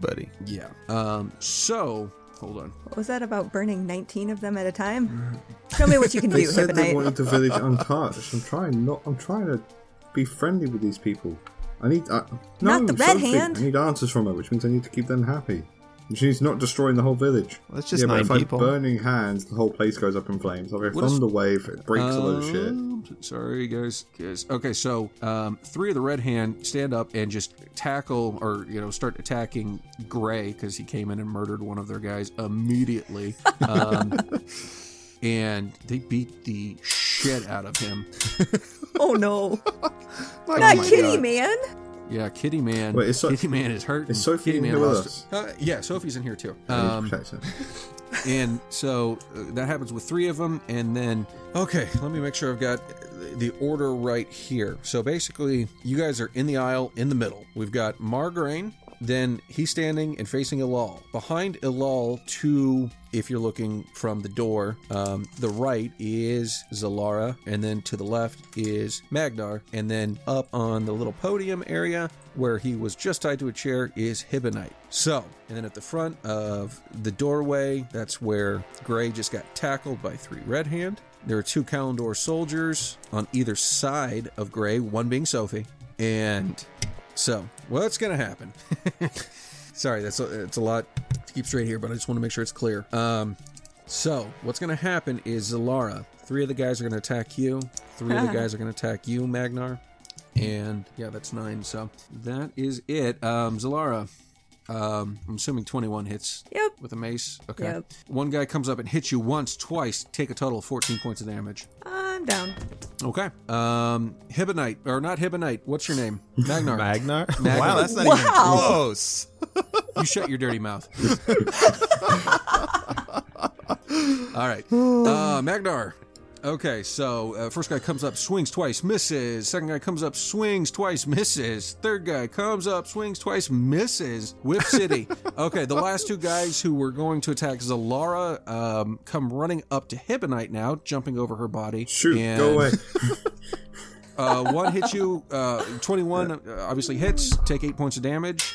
Buddy.
Yeah. Um, so hold on.
What was that about burning 19 of them at a time? Show me what you can do,
They said they
Hibonite.
wanted the village untouched. I'm trying not. I'm trying to be friendly with these people. I need. I, no,
Not the red
something.
hand.
I need answers from her, which means I need to keep them happy. Which means not destroying the whole village.
Well, that's just
yeah,
nine
but if
people.
I'm burning hands, the whole place goes up in flames. Like a
What is-
thunder wave, it breaks a load of shit.
Um, Sorry, guys. guys. Okay, so um, three of the red hand stand up and just tackle or you know start attacking Gray because he came in and murdered one of their guys immediately. Um, and they beat the shit out of him.
Oh no.
Oh
Not
my
kitty,
God.
man.
Yeah, Kitty Man.
Wait, is So-
Kitty Man is hurt.
is Sophie
Kitty
in
Man
here with
lost-
us?
Uh, yeah, Sophie's in here too.
I
Um,
need to protect her.
and so uh, that happens with three of them and then okay let me make sure i've got the order right here so basically you guys are in the aisle in the middle we've got margarine then he's standing and facing Ilal. Behind Ilal, to, if you're looking from the door, um, the right is Zalara, and then to the left is Magnar, and then up on the little podium area where he was just tied to a chair is Hibonite. So, and then at the front of the doorway, that's where Gray just got tackled by three Red Hand. There are two Kalendor soldiers on either side of Gray, one being Sophie. And so, what's going to happen? Sorry, that's a, it's a lot to keep straight here, but I just want to make sure it's clear. Um, so, what's going to happen is Zalara, three of the guys are going to attack you, three of the guys are going to attack you, Magnar. And yeah, that's nine. So that is it. Um, Zalara, um, I'm assuming 21 hits
Yep.
with a mace. Okay.
Yep.
One guy comes up and hits you once, twice, take a total of 14 points of damage.
I'm down.
Okay. Um, Hibonite, or not Hibonite, what's your name? Magnar.
Magnar.
Magnar.
Wow, that's not even
Wow.
close.
You shut your dirty mouth. All right. Uh, Magnar. Okay, so uh, first guy comes up, swings twice, misses. Second guy comes up, swings twice, misses. Third guy comes up, swings twice, misses. Whip City. okay, the last two guys who were going to attack Zalara um, come running up to Hibonite now, jumping over her body.
Shoot,
and,
go away.
Uh, one hits you, uh, 21 uh, obviously hits, take eight points of damage.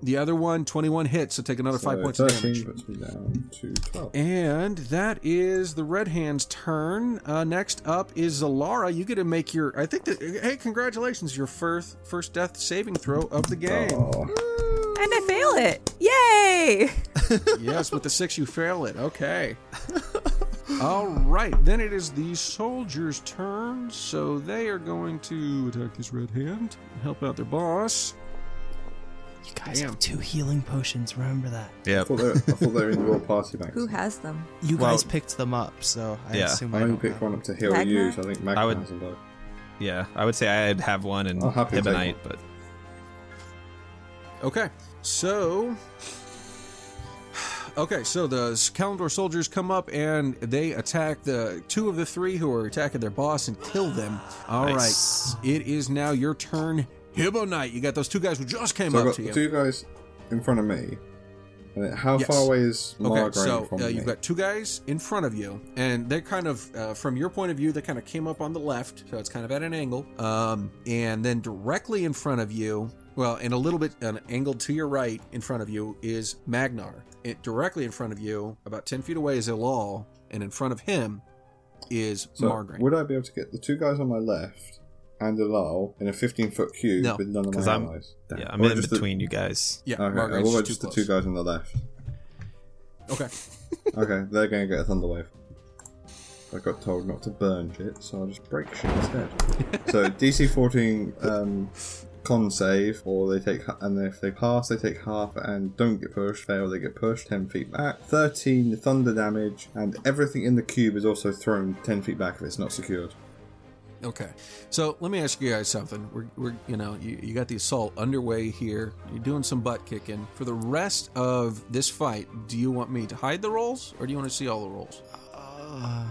The other one, 21 hits, so take another five
So,
points of
13
damage.
puts me down to 12.
And that is the Red Hand's turn. Uh, next up is Zalara. You get to make your. I think that. Hey, congratulations! Your first first death saving throw of the game.
Oh,
And I fail it. Yay!
Yes, with the six you fail it. Okay. All right, then it is the soldiers' turn, so they are going to attack this red hand, help out their boss.
You guys
Damn.
have two healing potions. Remember that.
I thought they were, I thought they were in your party bags.
Who has them?
You
Well-
guys picked them up, so I
Yeah.
assume
I
I
only
don't
picked
have
one up to heal
Magna?
you, so I think Magna
I would-
has them both.
Yeah, I would say I'd have one and
I'll happily take
Ebonite, but
Okay, so. Okay, so the Kalendor soldiers come up and they attack the two of the three who are attacking their boss and kill them. All right,
Nice.
it is now your turn, Hibbo Knight. You got those two guys who just came
So I've
up
got
to you.
two guys in front of me. And then how
Yes.
far away is Margaret
Okay, so
from
uh,
me?
you've got two guys in front of you, and they're kind of, uh, from your point of view, they kind of came up on the left, so it's kind of at an angle. Um, and then directly in front of you, well, and a little bit an angle to your right in front of you is Magnar. It, directly in front of you, about 10 feet away, is Ilal, and in front of him is
so
Margaret.
would I be able to get the two guys on my left and Alal in a 15 foot cube
No,
with none of
'cause
my
I'm-
allies?
yeah,
Damn.
I'm
Or
in
just the-
between you guys.
yeah,
okay,
Margaret's
well,
too
just the two
close.
guys on the left.
Okay.
Okay, they're going to get a thunder wave. I got told not to burn shit, so I'll just break shit instead. so DC 14 um, con save, or they take, ha- and if they pass, they take half and don't get pushed. Fail, they get pushed 10 feet back. 13 thunder damage, and everything in the cube is also thrown 10 feet back if it's not secured.
Okay, so let me ask you guys something. We're, we're you know, you, you got the assault underway here. You're doing some butt kicking. For the rest of this fight, do you want me to hide the rolls, or do you want to see all the rolls?
Uh,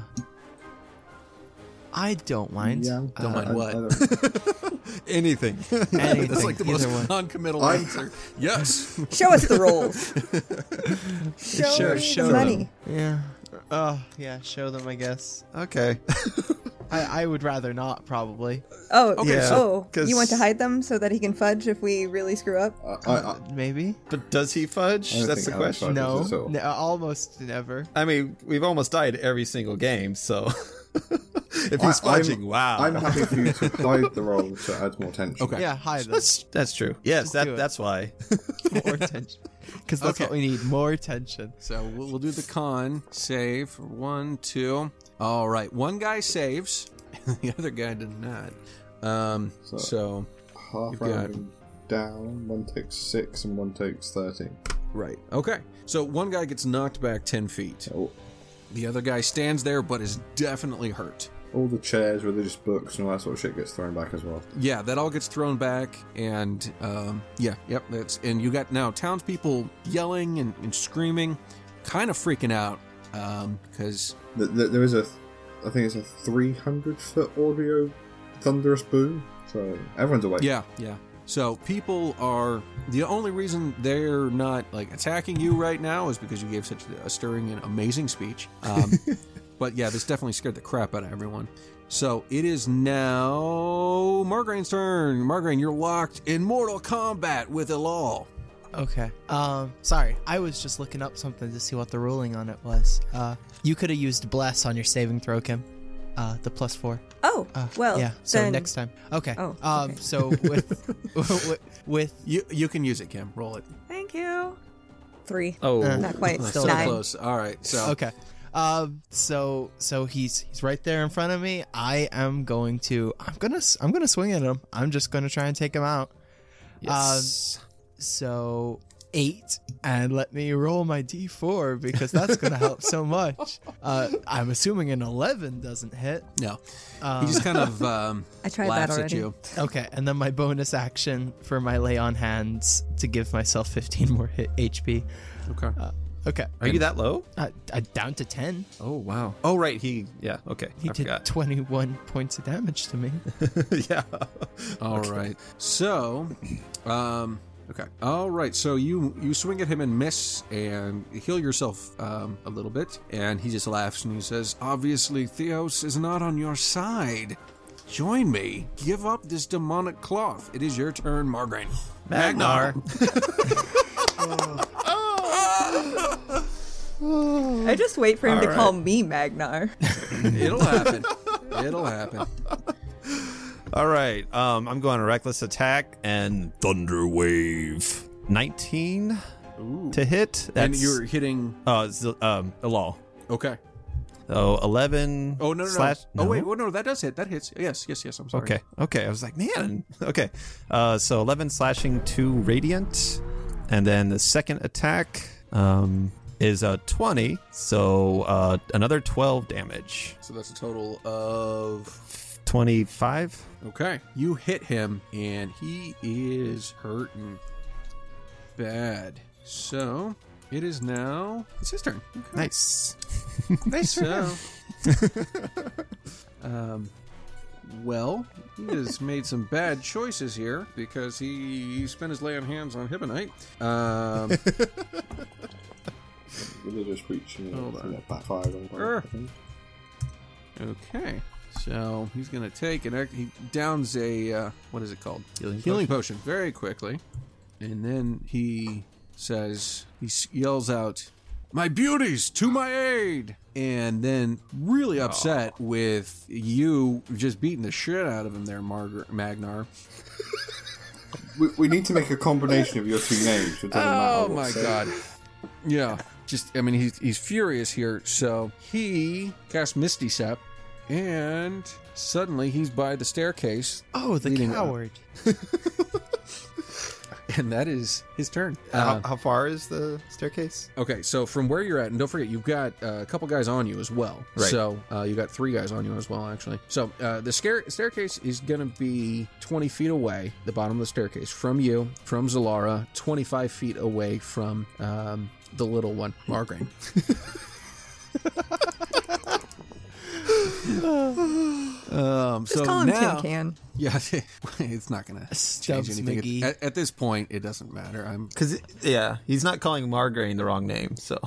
I don't mind.
I-
Don't mind
I-
what?
I don't-
Anything.
Anything.
That's like the
Either
most
one.
non-committal
I-
answer. Yes.
Show us the rolls. show
Sure,
me
show
the
them.
money.
Yeah. Oh, yeah. Show them, I guess.
Okay.
I, I would rather not, probably.
Oh,
Okay,
so-
oh,
because-
you want to hide them so that he can fudge if we really screw up?
I- I- I-
Maybe.
but does he fudge?
I don't
That's the
think I would
question.
fudge.
No,
at all.
no, almost never.
I mean, we've almost died every single game, so if
I-
he's fudging,
I'm-
wow.
I'm happy for you to hide the roll to add more tension.
Okay.
Yeah, hide them
that's that's true.
Just
Yes,
do
that
it. Uh,
that's why.
more tension. Because that's
Okay.
what we need. More tension.
So we'll, we'll do the con save. for One, two. All right. One guy saves. the other guy did not. Um.
So-
so
Half
You've got-
round down, one takes 6 and one takes 13.
right. Okay. So one guy gets knocked back ten feet.
So
The other guy stands there, but is definitely hurt.
all the chairs, religious books, and all that sort of shit gets thrown back as well.
Yeah, that all gets thrown back, and um, yeah, yep. That's and you got now townspeople yelling and, and screaming, kind of freaking out um, because
Th- th- There is a, I think it's a 300 foot audio thunderous boom. So everyone's awake.
yeah, yeah. So people are the only reason they're not like attacking you right now is because you gave such a stirring and amazing speech. Um, but yeah, this definitely scared the crap out of everyone. So it is now Margarine's turn. Margarine, you're locked in Mortal Kombat with Ilal.
Okay. Um, sorry. I was just looking up something to see what the ruling on it was. Uh, you could have used bless on your saving throw, Kim. Uh, the plus four.
Oh,
Uh,
well,
yeah. So
then
next time. Okay.
Oh,
Um,
okay.
so with, with with
You you can use it, Kim. Roll it.
Thank you. Three.
Oh,
Uh,
Not quite.
Still
so
Nine.
close. All right. So
okay. Um, so so he's he's right there in front of me. I am going to I'm gonna s- I'm gonna swing at him. I'm just gonna try and take him out. Um,
yes.
So eight, and let me roll my d4 because that's gonna help so much. Uh, I'm assuming an eleven doesn't hit.
no,
Um,
he just kind of um,
Uh, I tried that
laughs at
already.
you.
okay, and then my bonus action for my lay on hands to give myself 15 more hit HP.
Okay.
Uh, Okay,
Are you that low?
uh, uh, down to 10.
Oh wow.
Oh right, he yeah, okay.
He
I
did
forgot.
21 points of damage to me.
yeah.
All right. So, um, okay. All right. So you you swing at him and miss, and heal yourself um, a little bit. And he just laughs and he says, "Obviously, Theos is not on your side. Join me. Give up this demonic cloth. It is your turn, Margarine."
Magnar.
I just wait for him to
All
call me Magnar.
It'll happen. It'll happen.
All right. Um I'm going reckless attack and thunder wave. 19
Ooh.
to hit. That's
and you're hitting.
uh, z- um, Alal.
Okay.
Oh, 11.
Oh no, no,
slash-
no. Oh wait, well, no, that does hit. That hits. Yes, yes, yes. I'm sorry.
Okay. Okay. I was like, man. Okay. Uh, so 11 slashing, 2 radiant. And then the second attack um, is a 20. So uh, another 12 damage.
So that's a total of
25.
Okay. You hit him, and he is hurting bad. So it is now it's his turn. Okay.
Nice.
Nice. So, um, well, he has made some bad choices here because he spent his lay on hands on Hibonite. Um,
Religious preaching.
Hold on.
That backfired on
Er. Okay. So he's going to take an. ex- He downs a. Uh, what is it called? Healing, potion. very quickly. And then he says. He s- yells out, My beauties, to my aid! And then, really upset with you just beating the shit out of him there, Margar- Magnar.
We, we need to make a combination of your two names. It doesn't matter
Oh
what
my
so-
god. Yeah. Just I mean he's he's furious here, so he casts Misty Step and suddenly he's by the staircase
Oh, the
Leading up.
coward.
and that is his turn.
how,
Uh,
how far is the staircase?
okay, so from where you're at and don't forget you've got uh, a couple guys on you as well.
Right.
So, uh, you got three guys on you as well actually. So, uh, the scare- staircase is going to be 20 feet away, the bottom of the staircase from you, from Zalara, 25 feet away from um, the little one, Margraine. Um,
Just
so
call him
now,
Tin Can.
yeah, it's not gonna
Stubbs
change anything.
McGee.
At, at this point, it doesn't matter. I'm
Because, yeah, he's not calling Margarine the wrong name. So,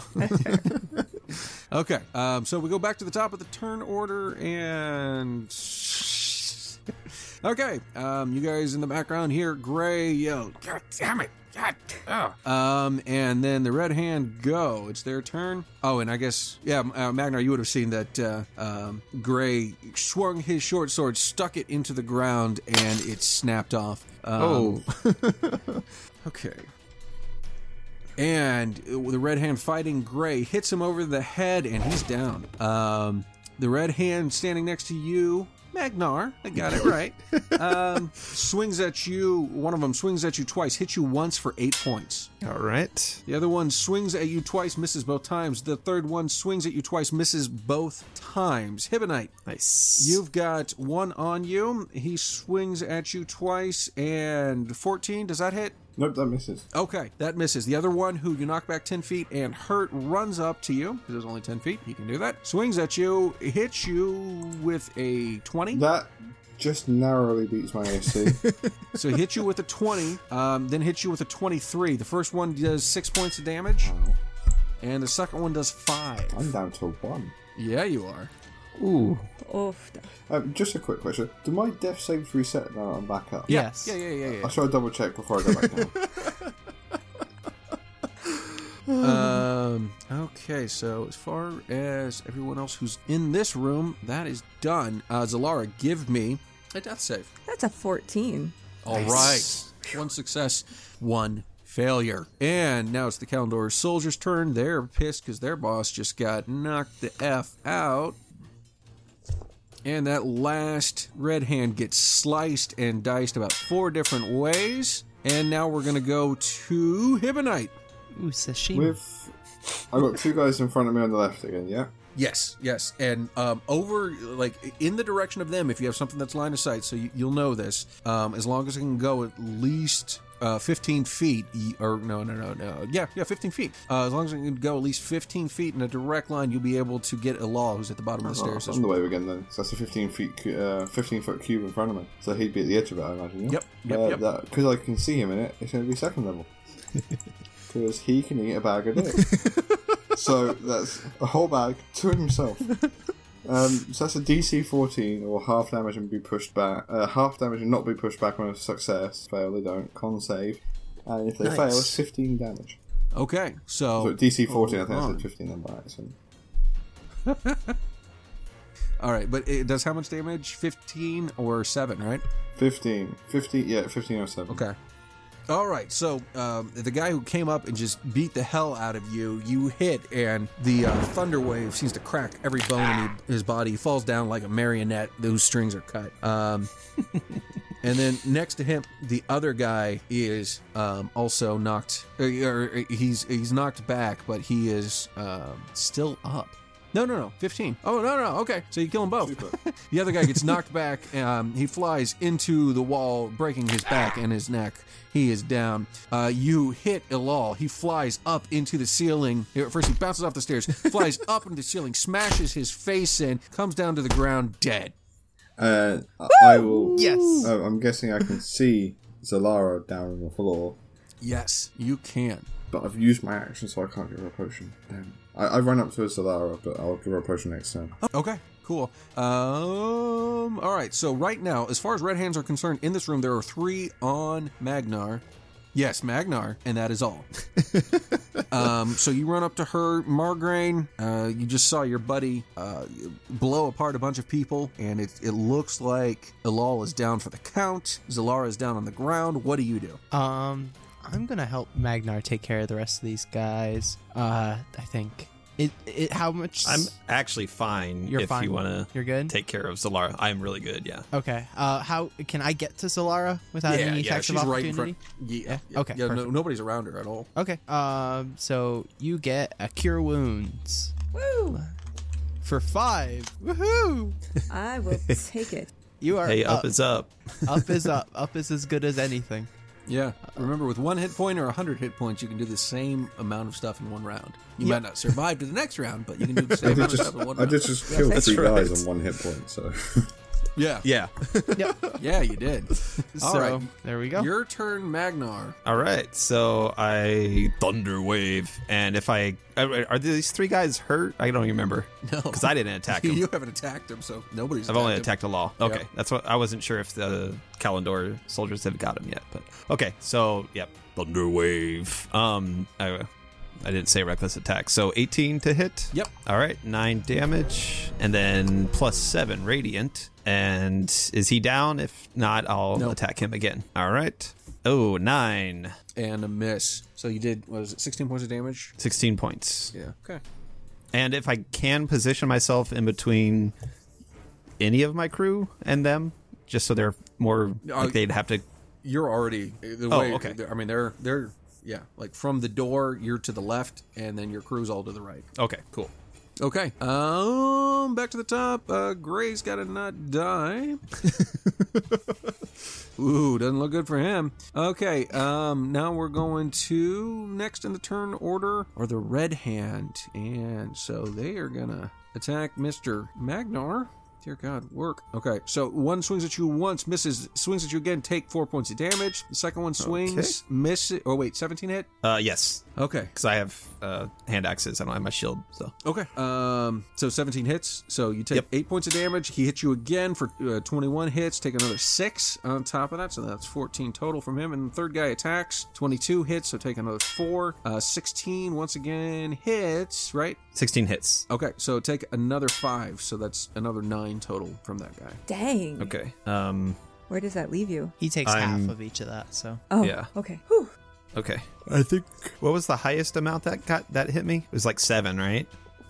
okay. Um, so we go back to the top of the turn order, and okay, um, you guys in the background here, Gray, yo, God damn it, God. Oh. Um, and then the red hand go. It's their turn. Oh, and I guess yeah, uh, Magnar, you would have seen that uh, um, Gray swung his short sword, stuck it into the ground, and it snapped off. Um, Okay. And the red hand fighting Gray hits him over the head, and he's down. Um, the red hand standing next to you, Magnar, I got it right, um, swings at you. One of them swings at you twice, hits you once for eight points.
all right.
The other one swings at you twice, misses both times. The third one swings at you twice, misses both times. Hibonite,
Nice.
you've got one on you. He swings at you twice, and 14. Does that hit?
Nope, that misses.
Okay, that misses. The other one, who you knock back 10 feet and hurt, runs up to you, because it was only 10 feet. He can do that. Swings at you, hits you with a 20.
That just narrowly beats my AC.
so he hits you with a 20, um, then hits you with a 23. The first one does six points of damage, and the second one does five.
I'm down to one.
Yeah, you are.
Ooh.
Oof.
Um, just a quick question. Do my death saves reset now that I'm back up?
Yes.
Yeah, yeah, yeah,
I
yeah.
should I double check before I go back down.
Um, okay, so as far as everyone else who's in this room, that is done. Uh, Zalara, give me a death save.
That's a 14.
All right, One success, one failure. And now it's the Kalendor soldiers' turn. They're pissed because their boss just got knocked the F out. And that last red hand gets sliced and diced about four different ways. And now we're going to go to Hibonite.
Ooh, sashimi.
With I've got two guys in front of me on the left again, yeah?
Yes, yes, and um, over like in the direction of them. If you have something that's line of sight, so you, you'll know this. Um, as long as it can go at least uh, fifteen feet, y- or no, no, no, no, yeah, yeah, fifteen feet. Uh, as long as it can go at least fifteen feet in a direct line, you'll be able to get Ilal, who's at the bottom of the
Oh,
stairs.
that's on the wave again then. So that's a 15 feet, cu- uh, 15 foot cube in front of me. So he'd be at the edge of it, I imagine. Yeah?
Yep, yep,
uh,
yep.
Because I can see him in it, it's going to be second level. Because he can eat a bag a day. so that's a whole bag to himself. Um, so that's a DC 14 or half damage and be pushed back. Uh, half damage and not be pushed back on a success. Fail, they don't. Con save. And if they fail, it's 15 damage.
Okay, so
So DC 14, I think I
hold
said
Oh, on.
15 then by accident.
all right, but it does how much damage? Fifteen or seven, right?
oh 15. 15, yeah, 15 or 7.
Okay. All right, so um, the guy who came up and just beat the hell out of you, you hit, and the uh, thunder wave seems to crack every bone in he- his body. He falls down like a marionette whose strings are cut. Um, and then next to him, the other guy is um, also knocked, or, or uh, he's he's knocked back, but he is um, still up. No, no, no, fifteen. Oh, no, no, okay. So you kill them both. the other guy gets knocked back. Um, he flies into the wall, breaking his back and his neck. He is down. Uh, you hit Ilal. He flies up into the ceiling. First, he bounces off the stairs, flies up into the ceiling, smashes his face in, comes down to the ground dead.
Uh, I- I will.
Yes.
Oh, I'm guessing I can see Zalara down on the floor,
Yes, you can.
but I've used my action, so I can't give her a potion. Damn. I, I run up to Zalara, but I'll give her a potion next time.
Oh,
Okay, cool. Um, all right. So right now, as far as red hands are concerned, in this room there are three on Magnar. Yes, Magnar, and that is all. um, so you run up to her, Margraine. Uh, you just saw your buddy uh, blow apart a bunch of people, and it, it looks like Ilal is down for the count. Zalara is down on the ground. What do you do?
Um, I'm gonna help Magnar take care of the rest of these guys. Uh, I think it. it how much?
I'm actually fine
You're
if
fine.
you want
You're good.
to take care of Zalara. I'm really good, yeah.
okay. Uh, how can I get to Solara without any Uh, attacks of
right
opportunity?
in front. Yeah, yeah.
Okay,
Yeah, no,
perfect.
nobody's around her at all.
Okay. Um. So you get a cure wounds
Woo!
for five. Woohoo!
I will take it.
You are
Hey, up
up.
is up.
up is up. Up is as good as anything.
Yeah. Remember, with one hit point or 100 hit points, you can do the same amount of stuff in one round. You
Yeah.
might not survive to the next round, but you can do the same
I did
amount of
just,
stuff in one
I
round.
did just kill
That's
three
right.
guys on one hit point, so.
Yeah.
Yeah.
Yeah, you did. All
so
right.
there we go.
Your turn, Magnar.
All right. So I thunder wave, and if I are are these three guys hurt? I don't even remember.
No.
because I didn't attack
You
him.
haven't attacked him, so nobody's
I've only
attacked
attacked a law. Okay, that's what I wasn't sure if the Kalendor soldiers have got him yet, but okay. So yep, thunder wave. Um, I, I didn't say reckless attack. So 18 to hit.
Yep.
All right, nine damage, and then plus seven radiant. And is he down? If not, I'll
No.
attack him again. All right. Oh, nine.
him. And a miss. So you did, what was it, 16 points of damage?
16 points.
Yeah. Okay.
And if I can position myself in between any of my crew and them, just so they're more
Uh,
like they'd have to.
You're already, uh, the
Oh,
way,
okay.
I mean, they're, they're, yeah, like from the door, you're to the left, and then your crew's all to the right.
Okay, cool.
Okay. Um, back to the top. Uh, Gray's got to not die. Ooh, doesn't look good for him. Okay. Um, now we're going to next in the turn order are the Red Hand, and so they are gonna attack Mister Magnar. Dear God, work. Okay, so one swings at you once, misses. Swings at you again, take four points of damage. The second one swings, miss misses. Oh wait, seventeen hit.
Uh, yes,
Okay,
because I have uh, hand axes. I don't have my shield, so
Okay. Um. So 17 hits. So you take
Yep.
eight points of damage. He hits you again for uh, 21 hits. Take another six on top of that. So that's 14 total from him. And the third guy attacks. 22 hits. So take another four. Uh, 16 once again hits. Right.
16 hits.
Okay. So take another five. So that's another nine total from that guy.
Dang.
Okay. Um.
Where does that leave you?
He takes
I'm-
half of each of that. So
Oh,
Yeah.
okay. Whew.
Okay. I think what was the highest amount that got that hit me? It was like seven, right?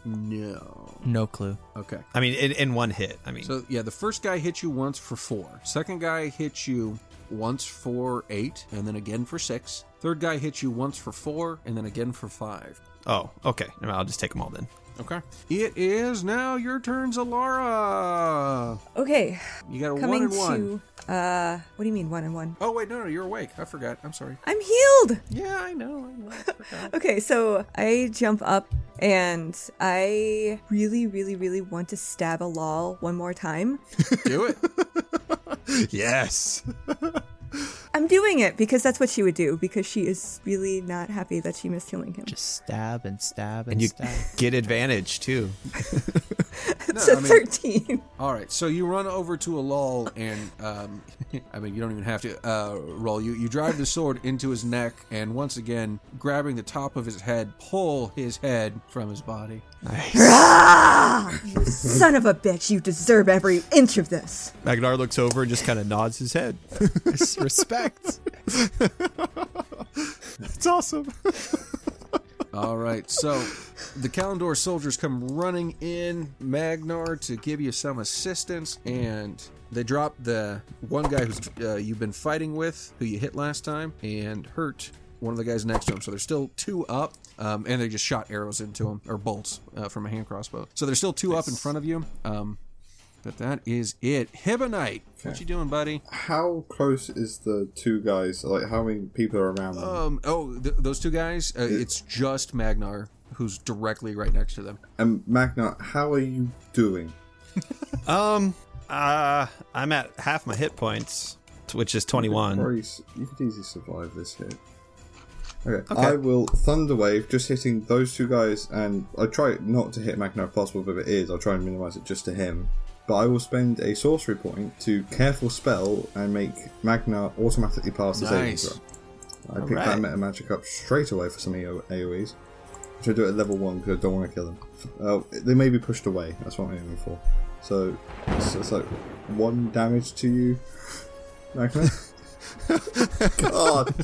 No.
no clue.
Okay.
I mean, in, in one hit. I mean,
So yeah, the first guy hit you once for four. Second guy hit you once for eight, and then again for six. Third guy hit you once for four, and then again for five.
oh, okay. Never mind, I'll just take them all then.
Okay. It is now your turn, Zalara.
Okay.
You got a one
Coming
and one.
to. Uh, what do you mean one and one?
Oh wait, no, no, you're awake. I forgot. I'm sorry.
I'm healed.
Yeah, I know. I know. I forgot.
Okay, so I jump up and I really, really, really want to stab a lol one more time.
Do it.
Yes.
I'm doing it because that's what she would do because she is really not happy that she missed killing him.
Just stab and stab and,
And you
stab.
get advantage too.
No,
so
I mean-
13.
All right. So you run over to a lull, and um, I mean, you don't even have to uh, roll. You you drive the sword into his neck, and once again, grabbing the top of his head, pull his head from his body.
Ah! You son of a bitch, you deserve every inch of this.
Magnar looks over and just kind of nods his head.
Respect. It's awesome.
All right, so the Kalendor soldiers come running in Magnar to give you some assistance, and they drop the one guy who's uh, you've been fighting with, who you hit last time, and hurt one of the guys next to him. So there's still two up, um, and they just shot arrows into him or bolts uh, from a hand crossbow. So there's still two up in front of you. Um, but that is it. Hibonite, what you doing, buddy?
How close is the two guys? Like, how many people are around them?
Um, oh, th- those two guys. Uh, it's just Magnar who's directly right next to them.
and Magna, how are you doing?
Um, uh, I'm at half my hit points, which is 21.
Maurice, you could easily survive this hit. Okay, I will Thunder Wave, just hitting those two guys, and I try not to hit Magna if possible, but if it is, I'll try and minimize it just to him. But I will spend a sorcery point to careful spell and make Magna automatically pass the
Nice.
saving throw. I pick that
Alright.
meta magic up straight away for some AO- AoEs, which I do at level one because I don't want to kill them. Uh, they may be pushed away. That's what I'm aiming for. So it's, it's like one damage to you, Magna. God.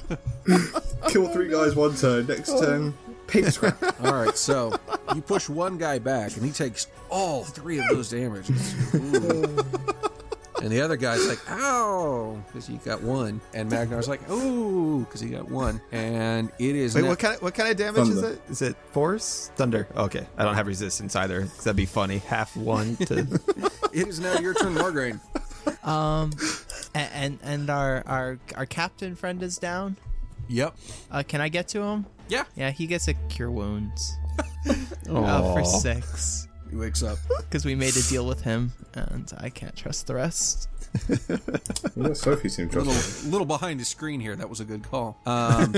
Kill three guys one turn. Next turn, pig scrap.
All right, so you push one guy back, and he takes all three of those damages. Ooh. And the other guy's like, ow, because he got one. And Magnar's like, ooh, because he got one. And it is.
Wait,
now-
what kind of what kind of damage is
Thunder.
it? Is it force? Thunder. Okay, I don't have resistance either. 'cause that'd be funny. Half one to.
It is now your turn, Margraine.
Um, and and, and our, our our captain friend is down.
Yep.
Uh, can I get to him?
Yeah.
Yeah, he gets a cure wounds uh, for six
He wakes up.
because we made a deal with him, and I can't trust the rest.
Well, Sophie seemed
A
trustworthy.
little, little behind the screen here. That was a good call. Um,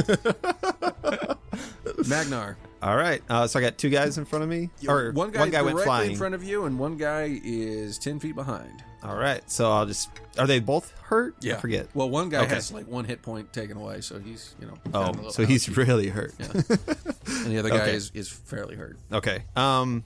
Magnar.
All right. Uh, so I got two guys in front of me, or
one guy,
went
directly
flying.
in front of you, and one guy is ten feet behind.
All right. So I'll just. Are they both hurt? I forget.
Well, one guy
Okay.
has like one hit point taken away, so he's you know. kinda a
oh,
little
so
out.
he's really hurt.
and the other guy
okay.
is is fairly hurt.
Okay. Um,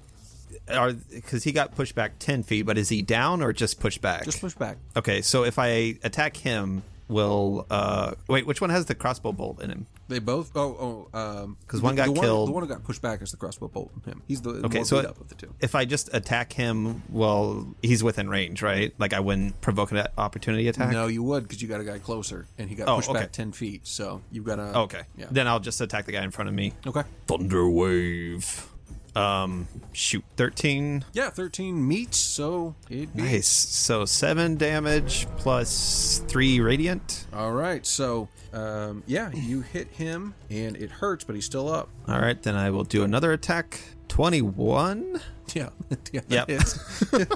are because he got pushed back ten feet, but is he down or just pushed back?
Just push back.
okay. So if I attack him, will uh wait? Which one has the crossbow bolt in him?
They both. Oh, oh. Um,
'Cause one got
the
killed.
The one who got pushed back is the crossbow bolt. in Him. He's the
Okay,
more
so
beat
it-
up of the two.
If I just attack him, well, he's within range, right? Like I wouldn't provoke an opportunity attack.
No, you would because you got a guy closer, and he got
Oh,
pushed
okay.
back ten feet. So you've got a.
Oh, Okay.
Yeah.
Then I'll just attack the guy in front of me.
okay.
Thunder wave. Um, shoot, thirteen.
Yeah, thirteen meets. So it be.
Nice. So seven damage plus three radiant.
All right. So, um, yeah, you hit him, and it hurts, but he's still up.
All right, then I will do another attack. 21.
Yeah. yeah. that
Yep.
hits.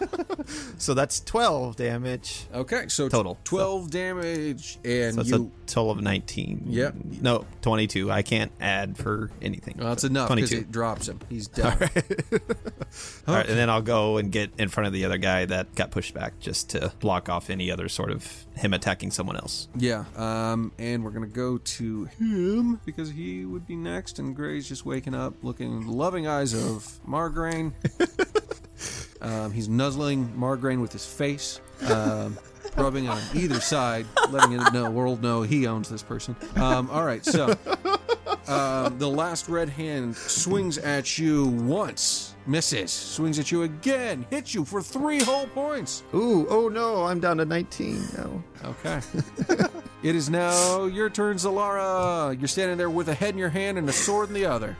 So that's 12 damage.
Okay. So
Total.
twelve damage, and
So that's
you.
a total of 19.
Yep.
No, 22. I can't add for anything.
Well, that's
So
enough because
22.
it drops him. He's down.
All right, and then I'll go and get in front of the other guy that got pushed back just to block off any other sort of him attacking someone else.
Yeah, um, and we're gonna go to him because he would be next, and Gray's just waking up, looking in the loving eyes of Margraine. um, he's nuzzling Margraine with his face, um, rubbing on either side, letting it know world know he owns this person. Um, all right, so um, the last red hand swings at you once, misses, swings at you again, hits you for three whole points.
Ooh, oh no, I'm down to 19 now.
Okay. it is now your turn, Zalara. You're standing there with a head in your hand and a sword in the other.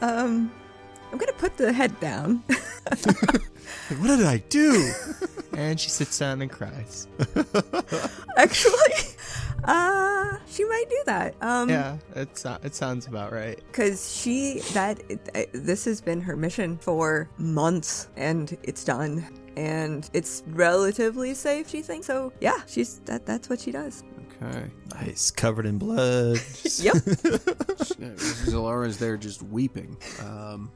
Um, I'm gonna put the head down.
What did I do?
And she sits down and cries.
Actually, uh, she might do that. Um,
Yeah, it so- it sounds about right.
Because she, that, uh, this has been her mission for months and it's done. And it's relatively safe, she thinks. So, yeah, she's, that, that's what she does.
Okay.
nice, covered in blood.
Yep.
Zalara is there just weeping. Um,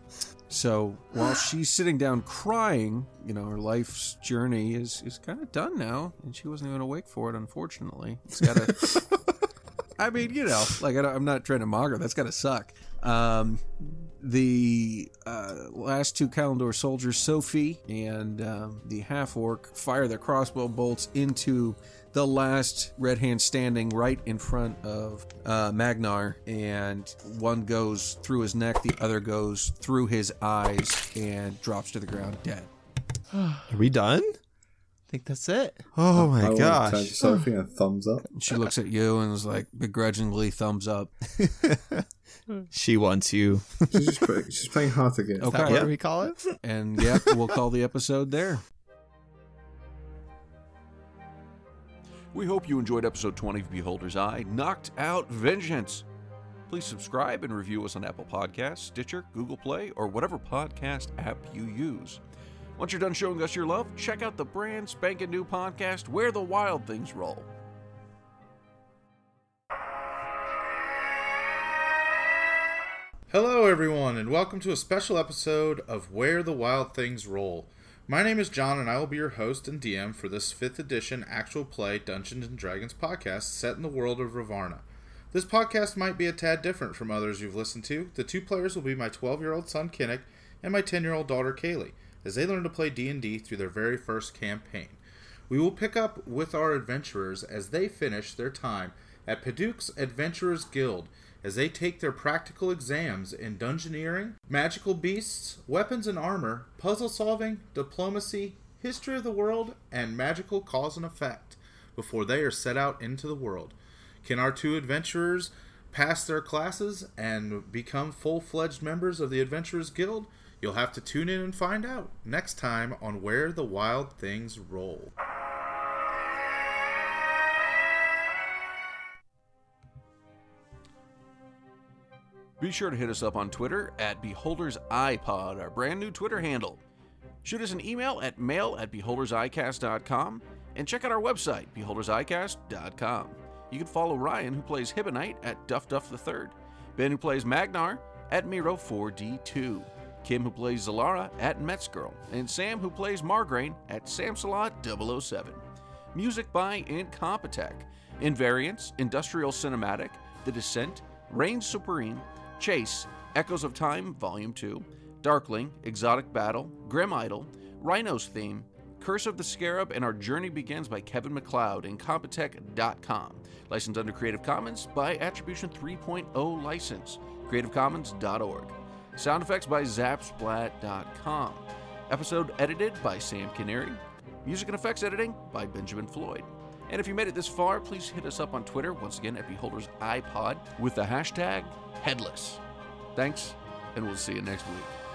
so while she's sitting down crying, you know, her life's journey is, is kind of done now, and she wasn't even awake for it, unfortunately. It's got to. I mean, you know, like I don't, I'm not trying to mock her. That's got to suck. Um, the uh, last two Kalendor soldiers, Sophie and um, the half orc, fire their crossbow bolts into the last red hand standing right in front of uh, Magnar, and one goes through his neck, the other goes through his eyes, and drops to the ground dead.
Are we done?
think that's it.
Oh my
I want to turn to
gosh.
Sophie and thumbs up.
And she looks at you and is like begrudgingly thumbs up.
She wants you.
She's just play, she's playing hard to get.
Okay.
That
Yeah.
what we call it?
And yep, we'll call the episode there.
We hope you enjoyed episode 20 of Beholder's Eye Knocked Out Vengeance. Please subscribe and review us on Apple Podcasts, Stitcher, Google Play, or whatever podcast app you use. Once you're done showing us your love, check out the brand spanking new podcast, Where the Wild Things Roll.
Hello, everyone, and welcome to a special episode of Where the Wild Things Roll. My name is John, and I will be your host and DM for this 5th edition actual play Dungeons and Dragons podcast set in the world of Ravarna. This podcast might be a tad different from others you've listened to. The two players will be my 12-year-old son Kinnick and my 10-year-old daughter Kaylee, as they learn to play D&D through their very first campaign. We will pick up with our adventurers as they finish their time at Paduke's Adventurers Guild as they take their practical exams in dungeoneering, magical beasts, weapons and armor, puzzle solving, diplomacy, history of the world, and magical cause and effect before they are set out into the world. Can our two adventurers pass their classes and become full fledged members of the Adventurers Guild? You'll have to tune in and find out next time on Where the Wild Things Roll.
Be sure to hit us up on Twitter at Beholder's iPod, our brand new Twitter handle. Shoot us an email at mail at beholdersicast.com and check out our website, beholdersicast.com. You can follow Ryan, who plays Hibonite, at Duff Duff the Third, Ben, who plays Magnar, at Miro4D2, Kim, who plays Zalara, at Metzgirl, and Sam, who plays Margrain, at Samsalot007 music by Incompetech, Invariance, Industrial Cinematic, The Descent, Reign Supreme, Chase, Echoes of Time Volume 2, Darkling, Exotic Battle, Grim Idol, Rhino's Theme, Curse of the Scarab, and Our Journey Begins by Kevin McLeod, Incompetech.com. Licensed under Creative Commons by Attribution 3.0 license, creativecommons.org. Sound effects by Zapsplat.com. Episode edited by Sam Canary. Music and effects editing by Benjamin Floyd. And if you made it this far, please hit us up on Twitter, once again at Beholder's iPod, with the hashtag headless. Thanks, and we'll see you next week.